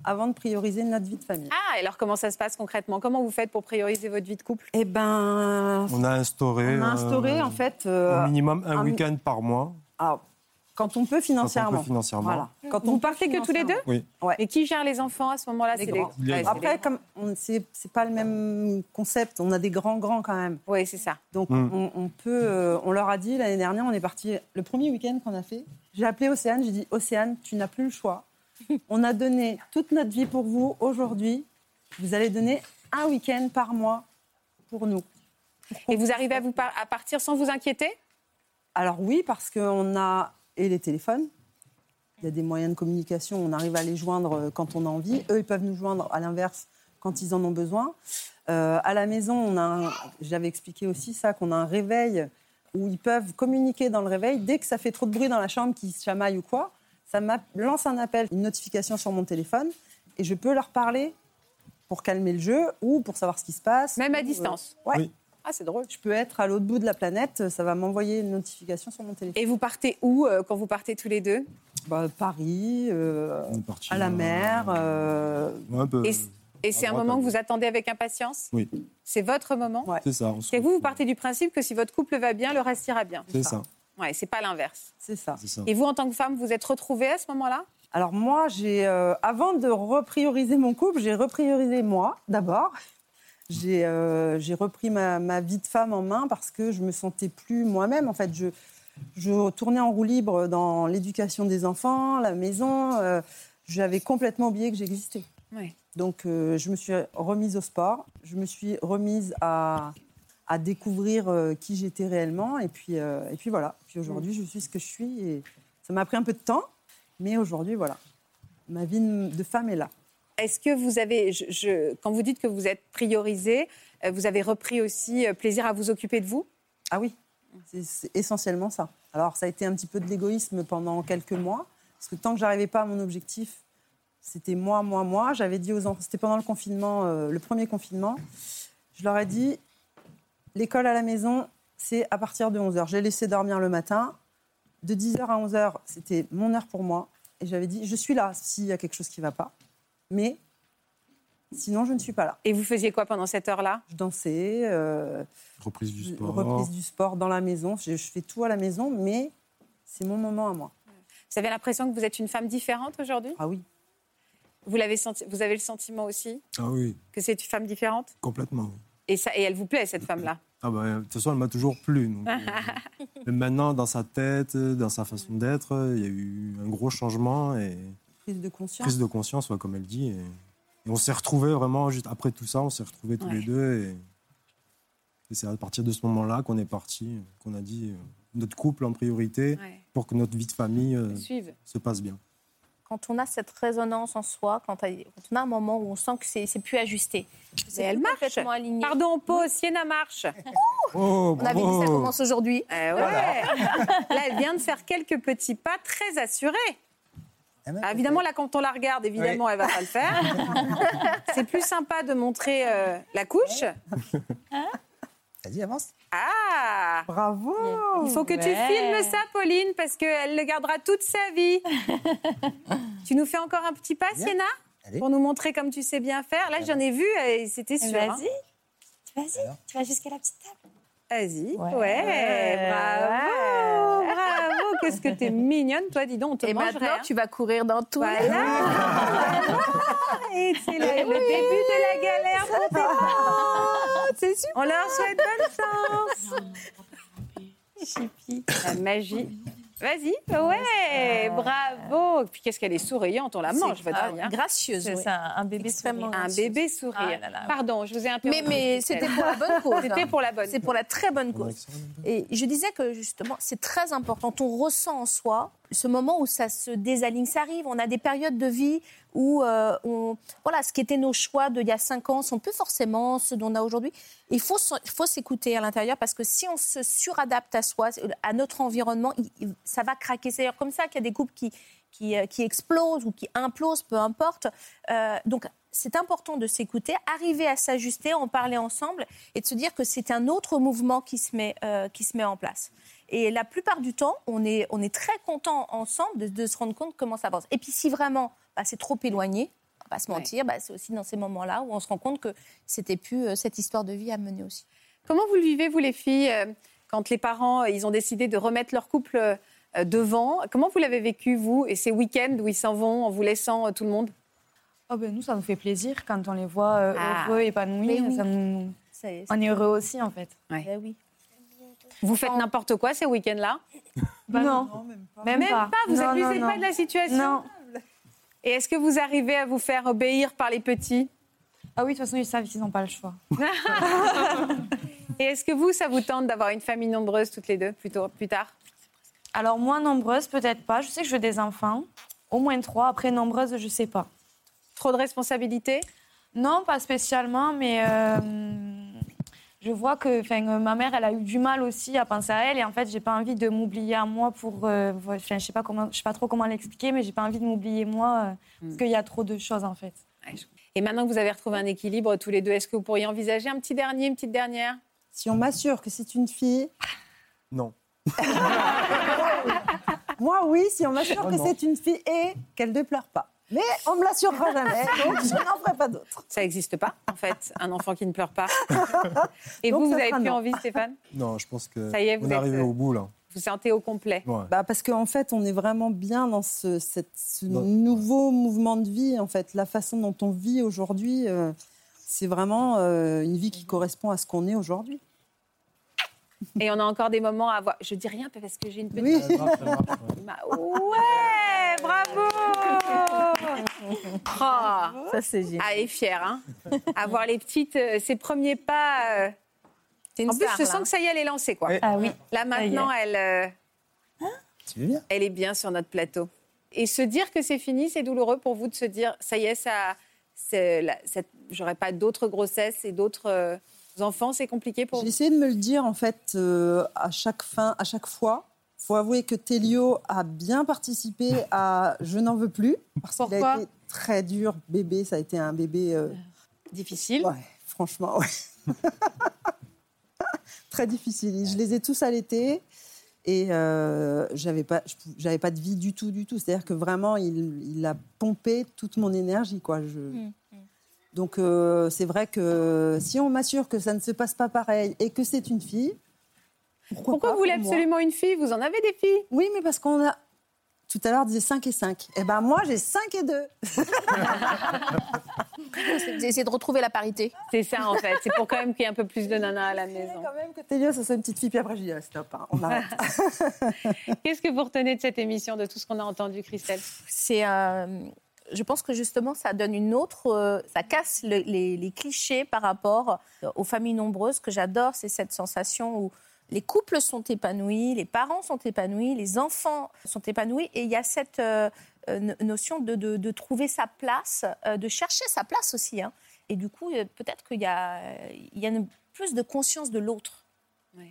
S6: avant de prioriser notre vie de famille.
S2: Ah, alors comment ça se passe concrètement Comment vous faites pour prioriser votre vie de couple
S6: Eh ben,
S12: On a instauré.
S6: on a instauré
S12: euh,
S6: en fait euh,
S12: au minimum un,
S6: mi-
S12: week-end par mois.
S6: Ah, quand on peut financièrement.
S12: financièrement.
S6: Voilà. Quand
S2: Vous
S6: on
S2: partez que tous les deux
S12: Oui.
S6: Ouais.
S2: Et qui gère les enfants à ce moment-là C'est
S6: grands.
S2: les- ouais, c'est les
S6: Après, comme on- c'est c'est pas le même concept, on a des grands grands quand même.
S2: Oui, c'est ça.
S6: Donc
S2: Mm.
S6: on, on peut, euh, on leur a dit l'année dernière, on est parti le premier week-end qu'on a fait. J'ai appelé Océane, j'ai dit Océane, tu n'as plus le choix. On a donné toute notre vie pour vous aujourd'hui. Vous allez donner un week-end par mois pour nous.
S2: Et vous arrivez à vous par- à partir sans vous inquiéter
S6: Alors oui, parce qu'on a et les téléphones. Il y a des moyens de communication, on arrive à les joindre euh, quand on a envie. Eux, ils peuvent nous joindre à l'inverse quand ils en ont besoin. Euh, à la maison, on a, un- j'avais expliqué aussi ça, qu'on a un réveil où ils peuvent communiquer dans le réveil. Dès que ça fait trop de bruit dans la chambre, qu'ils se chamaillent ou quoi, ça m'a- lance un appel, une notification sur mon téléphone, et je peux leur parler pour calmer le jeu ou pour savoir ce qui se passe.
S2: Même à
S6: ou, euh,
S2: distance
S6: ouais.
S2: Ah, c'est drôle.
S6: Je peux être à l'autre bout de la planète, ça va m'envoyer une notification sur mon téléphone.
S2: Et vous partez où euh, quand vous partez tous les deux
S6: Bah, Paris, euh, à la mer. euh,
S2: Et, c- et c'est un moment que vous attendez avec impatience
S12: Oui,
S2: C'est votre moment
S12: c'est ça. on se-
S2: Et vous, vous partez du principe que si votre couple va bien, le reste ira bien.
S12: C'est ça.
S2: Ouais, c'est pas l'inverse.
S6: C'est ça.
S2: Et vous, en tant que femme, vous êtes retrouvée à ce moment-là
S6: Alors moi, j'ai euh, avant de reprioriser mon couple, j'ai repriorisé moi d'abord. J'ai euh, j'ai repris ma, ma vie de femme en main parce que je me sentais plus moi-même. En fait, je, je tournais en roue libre dans l'éducation des enfants, la maison. euh, J'avais complètement oublié que j'existais.
S2: Oui.
S6: Donc, euh, je me suis remise au sport, je me suis remise à, à découvrir euh, qui j'étais réellement. Et puis, euh, et puis voilà. Puis aujourd'hui, je suis ce que je suis. Et ça m'a pris un peu de temps, mais aujourd'hui, voilà. Ma vie de de femme est là.
S2: Est-ce que vous avez, je- je- quand vous dites que vous êtes priorisée, euh, vous avez repris aussi euh, plaisir à vous occuper de vous
S6: Ah oui, c'est- c'est essentiellement ça. Alors, ça a été un petit peu de l'égoïsme pendant quelques mois, parce que tant que j'arrivais pas à mon objectif, c'était moi, moi, moi. J'avais dit aux enfants, c'était pendant le confinement, euh, le premier confinement, je leur ai dit, l'école à la maison, c'est à partir de 11h. J'ai laissé dormir le matin. De 10h à 11h, c'était mon heure pour moi. Et j'avais dit, je suis là s'il y a quelque chose qui ne va pas. Mais sinon, je ne suis pas là.
S2: Et vous faisiez quoi pendant cette heure-là
S6: Je dansais. euh,
S12: Reprise du sport.
S6: reprise du sport dans la maison. Je, je fais tout à la maison, mais c'est mon moment à moi.
S2: Vous avez l'impression que vous êtes une femme différente aujourd'hui
S6: Ah oui.
S2: Vous, l'avez senti, vous avez le sentiment aussi
S12: Ah oui,
S2: que c'est une femme différente
S12: complètement.
S2: et, ça, et elle vous plaît, cette femme-là
S12: Ah bah, de toute façon, elle m'a toujours plu. donc. Mais maintenant, dans sa tête, dans sa façon d'être, il y a eu un gros changement et
S6: Prise de conscience.
S12: prise de conscience, ouais, comme elle dit. Et, et on s'est retrouvés vraiment, juste après tout ça, on s'est retrouvés tous
S2: Ouais.
S12: les deux. Et, et c'est à partir de ce moment-là qu'on est parti, qu'on a dit euh, notre couple en priorité
S13: Ouais.
S12: pour que notre vie de famille euh,
S13: Suive.
S12: se passe bien.
S13: quand on a cette résonance en soi, quand on quand on a un moment où on sent que c'est c'est plus ajusté, que c'est
S2: elle
S13: plus
S2: marche.
S13: complètement aligné.
S2: Pardon, on pause, Sienna marche.
S13: on avait
S12: Oh,
S13: dit ça commence aujourd'hui.
S2: Ouais. Là, elle vient de faire quelques petits pas très assurés.
S19: Eh ben,
S2: Ah, évidemment, là, quand on la regarde, évidemment,
S19: Oui.
S2: elle va pas le faire. C'est plus sympa de montrer euh, la couche.
S19: Vas-y, avance.
S2: Ah
S6: Bravo
S2: Il faut que tu
S19: Ouais.
S2: filmes ça, Pauline, parce qu'elle le gardera toute sa vie. tu nous fais encore un petit pas, Sienna Pour nous montrer comme tu sais bien faire.
S19: Eh
S2: Là,
S19: ben.
S2: j'en ai vu et c'était sûr. hein.
S7: Vas-y, vas-y, tu vas jusqu'à la petite table.
S2: Vas-y. Ouais, bravo, bravo. Qu'est-ce que t'es mignonne, toi, dis donc. On te
S13: Et
S2: mangerait,
S13: maintenant,
S2: hein.
S13: tu vas courir dans tout.
S2: Et c'est le, le début de la galère pour tes parents. C'est super. On leur souhaite bonne chance. Chippy. La magie. Vas-y. Ouais, bravo. Et Puis qu'est-ce qu'elle est souriante, on la
S13: C'est
S2: mange, votre
S13: grave,
S2: dire.
S13: gracieuse,
S2: C'est
S13: oui.
S2: ça,
S13: un bébé
S2: sourire. Un bébé sourire.
S13: Ah là là.
S2: Pardon, je vous ai interrompu.
S13: Mais, mais c'était pour la bonne cause.
S2: C'était
S13: hein.
S2: pour la bonne
S13: C'est pour la très bonne cause. Et je disais que justement, c'est très important. Quand on ressent en soi, ce moment où ça se désaligne, ça arrive. On a des périodes de vie où, euh, on, voilà, ce qui était nos choix d'il y a cinq ans sont plus forcément ce dont on a aujourd'hui. Il faut, s- il faut s'écouter à l'intérieur parce que si on se suradapte à soi, à notre environnement, il- il- ça va craquer. C'est d'ailleurs comme ça qu'il y a des couples qui, qui, euh, qui explosent ou qui implosent, peu importe. Euh, donc, c'est important de s'écouter, arriver à s'ajuster, en parler ensemble et de se dire que c'est un autre mouvement qui se met, euh, qui se met en place. Et la plupart du temps, on est, on est très content ensemble de, de se rendre compte comment ça avance. Et puis si vraiment bah, c'est trop éloigné, on va pas se mentir, bah, c'est aussi dans ces moments-là où on se rend compte que c'était plus euh, cette histoire de vie à mener aussi.
S2: Comment vous le vivez, vous, les filles, euh, quand les parents, euh, ils ont décidé de remettre leur couple euh, devant Comment vous l'avez vécu, vous, et ces week-ends où ils s'en vont en vous laissant euh, tout le monde
S10: Oh ben nous, ça nous fait plaisir quand on les voit euh,
S2: Ah.
S10: heureux, épanouis.
S2: Mais oui.
S10: ça nous-
S13: Ça y est, Ben
S10: On est heureux aussi, en fait.
S13: oui.
S2: Vous faites n'importe quoi ces week-ends-là
S10: non.
S2: Même,
S10: Même pas.
S2: pas. Vous
S10: Non,
S2: n'abusez
S10: non,
S2: pas
S10: non.
S2: de la situation
S10: Non.
S2: Et est-ce que vous arrivez à vous faire obéir par les petits
S10: Ah oui, de toute façon, ils savent qu'ils n'ont pas le choix.
S2: Et est-ce que vous, ça vous tente d'avoir une famille nombreuse toutes les deux plus, tôt- plus tard
S10: Alors, moins nombreuses, peut-être pas. Je sais que je veux des enfants. Au moins trois. Après, nombreuses, je sais pas.
S2: Trop de responsabilités
S10: Non, pas spécialement, mais euh, je vois que 'fin, euh, ma mère, elle a eu du mal aussi à penser à elle. Et en fait, j'ai pas envie de m'oublier à moi pour. euh, vo- 'fin, je sais pas comment, je sais pas trop comment l'expliquer, mais j'ai pas envie de m'oublier moi euh, parce qu'il y a trop de choses en fait.
S2: Et maintenant que vous avez retrouvé un équilibre tous les deux, est-ce que vous pourriez envisager un petit dernier, une petite dernière
S6: Si on m'assure que c'est une fille.
S12: Non.
S6: Moi, oui, si on m'assure
S12: Oh
S6: que
S12: non.
S6: c'est une fille et qu'elle ne pleure pas. Mais on me l'assurera jamais, donc je n'en ferai pas d'autre.
S2: Ça n'existe pas, en fait, un enfant qui ne pleure pas. Et
S6: Donc,
S2: vous,
S6: ça
S2: vous avez
S6: sera
S2: plus
S6: non.
S2: envie, Stéphane
S12: Non, je pense que
S2: Ça y est, vous
S12: on est
S2: êtes,
S12: arrivé
S2: euh,
S12: au bout là.
S2: Vous sentez au complet
S6: Bah, parce qu'en fait, on est vraiment bien dans ce, cette- ce
S12: Dans-
S6: nouveau mouvement de vie. En fait, la façon dont on vit aujourd'hui, euh, c'est vraiment euh, une vie qui correspond à ce qu'on est aujourd'hui.
S2: Et on a encore des moments à avoir. Je dis rien parce que j'ai une petite.
S6: Oui.
S2: Ma- Ouais, bravo Ça, c'est génial. Ah, elle est fière, hein Avoir les petites, euh, ses premiers pas. euh.
S13: une
S2: en plus,
S13: star,
S2: je
S13: là.
S2: sens que ça y est, elle est lancée, quoi.
S13: Oui. Ah oui. Ça y
S2: Là,
S13: est.
S2: maintenant, elle, euh,
S19: Tu veux bien
S2: elle est bien sur notre plateau. Et se dire que c'est fini, c'est douloureux pour vous de se dire, ça y est, ça, c'est la- cette- j'aurai pas d'autres grossesses et d'autres euh, enfants, c'est compliqué pour
S6: J'ai
S2: vous.
S6: essayé de me le dire en fait euh, à chaque fin, à chaque fois. Faut avouer que Télio a bien participé à Je n'en veux plus parce qu'il a
S2: Pourquoi
S6: été très dur bébé. Ça a été un bébé euh,
S2: difficile.
S6: franchement, ouais. très difficile. Je les ai tous allaités et euh, j'avais pas, je pou- j'avais pas de vie du tout, du tout. C'est-à-dire que vraiment, il, il a pompé toute mon énergie, quoi. Je,
S2: Hmm.
S6: donc euh, c'est vrai que si on m'assure que ça ne se passe pas pareil et que c'est une fille, pourquoi,
S2: Pourquoi
S6: pas
S2: vous voulez
S6: pour moi
S2: absolument une fille Vous en avez des filles
S6: Oui, mais parce qu'on a... Tout à l'heure, on disait 5 et 5. Eh ben moi, j'ai 5 et 2.
S13: C'est essayer de retrouver la parité.
S2: C'est ça en fait. C'est pour quand même qu'il y ait un peu plus de nanas à la maison.
S6: Télio, ça c'est une petite fille, puis après, je dis, ah, stop, hein, on arrête.
S2: Qu'est-ce que vous retenez de cette émission, de tout ce qu'on a entendu, Christelle
S13: c'est euh, je pense que justement ça donne une autre euh, ça casse le- les, les clichés par rapport euh, aux familles nombreuses Ce que j'adore c'est cette sensation où les couples sont épanouis les parents sont épanouis les enfants sont épanouis et il y a cette euh, euh, no- notion de, de- de trouver sa place euh, de chercher sa place aussi hein. et du coup euh, peut-être qu'il y a il y a une- plus de conscience de l'autre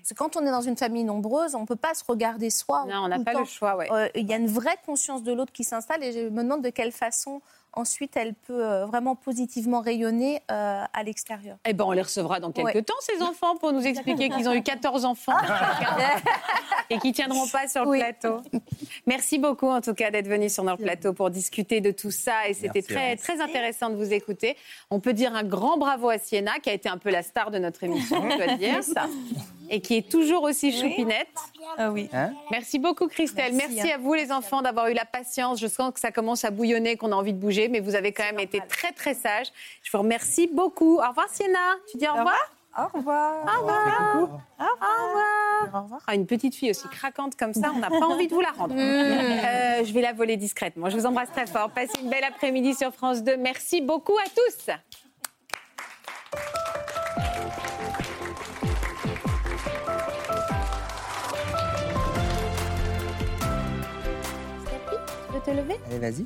S13: c'est quand on est dans une famille nombreuse, on ne peut pas se regarder soi.
S2: Non, on n'a
S13: tout
S2: pas le
S13: temps.
S2: choix, ouais.
S13: Euh, Il y a une vraie conscience de l'autre qui s'installe et je me demande de quelle façon ensuite elle peut euh, vraiment positivement rayonner euh, à l'extérieur.
S2: Eh ben, on les recevra dans quelques
S13: Ouais.
S2: temps, ces enfants, pour nous expliquer qu'ils ont eu 14 enfants chacun et qu'ils tiendront pas sur le plateau. Merci beaucoup, en tout cas, d'être venus sur notre plateau pour discuter de tout ça. Et c'était
S20: Merci,
S2: très,
S20: Laurence.
S2: très intéressant de vous écouter. On peut dire un grand bravo à Sienna, qui a été un peu la star de notre émission, je dois le dire.
S13: C'est ça.
S2: Et qui est toujours aussi
S13: Oui.
S2: choupinette.
S13: Ah oui.
S9: Hein
S2: Merci beaucoup Christelle. Merci,
S13: Merci, hein.
S2: à vous les enfants d'avoir eu la patience. Je sens que ça commence à bouillonner, qu'on a envie de bouger, mais vous avez quand même été très très sages. Je vous remercie beaucoup. Au revoir Sienna. Tu dis au revoir
S6: Au revoir.
S2: Au revoir. Au revoir. Ah, une petite fille aussi craquante comme ça, on n'a pas envie de vous la rendre.
S13: Mm.
S2: Euh, je vais la voler discrètement. Je vous embrasse très fort. Passez une belle après-midi sur France 2. Merci beaucoup à tous.
S13: te lever
S19: Allez, vas-y.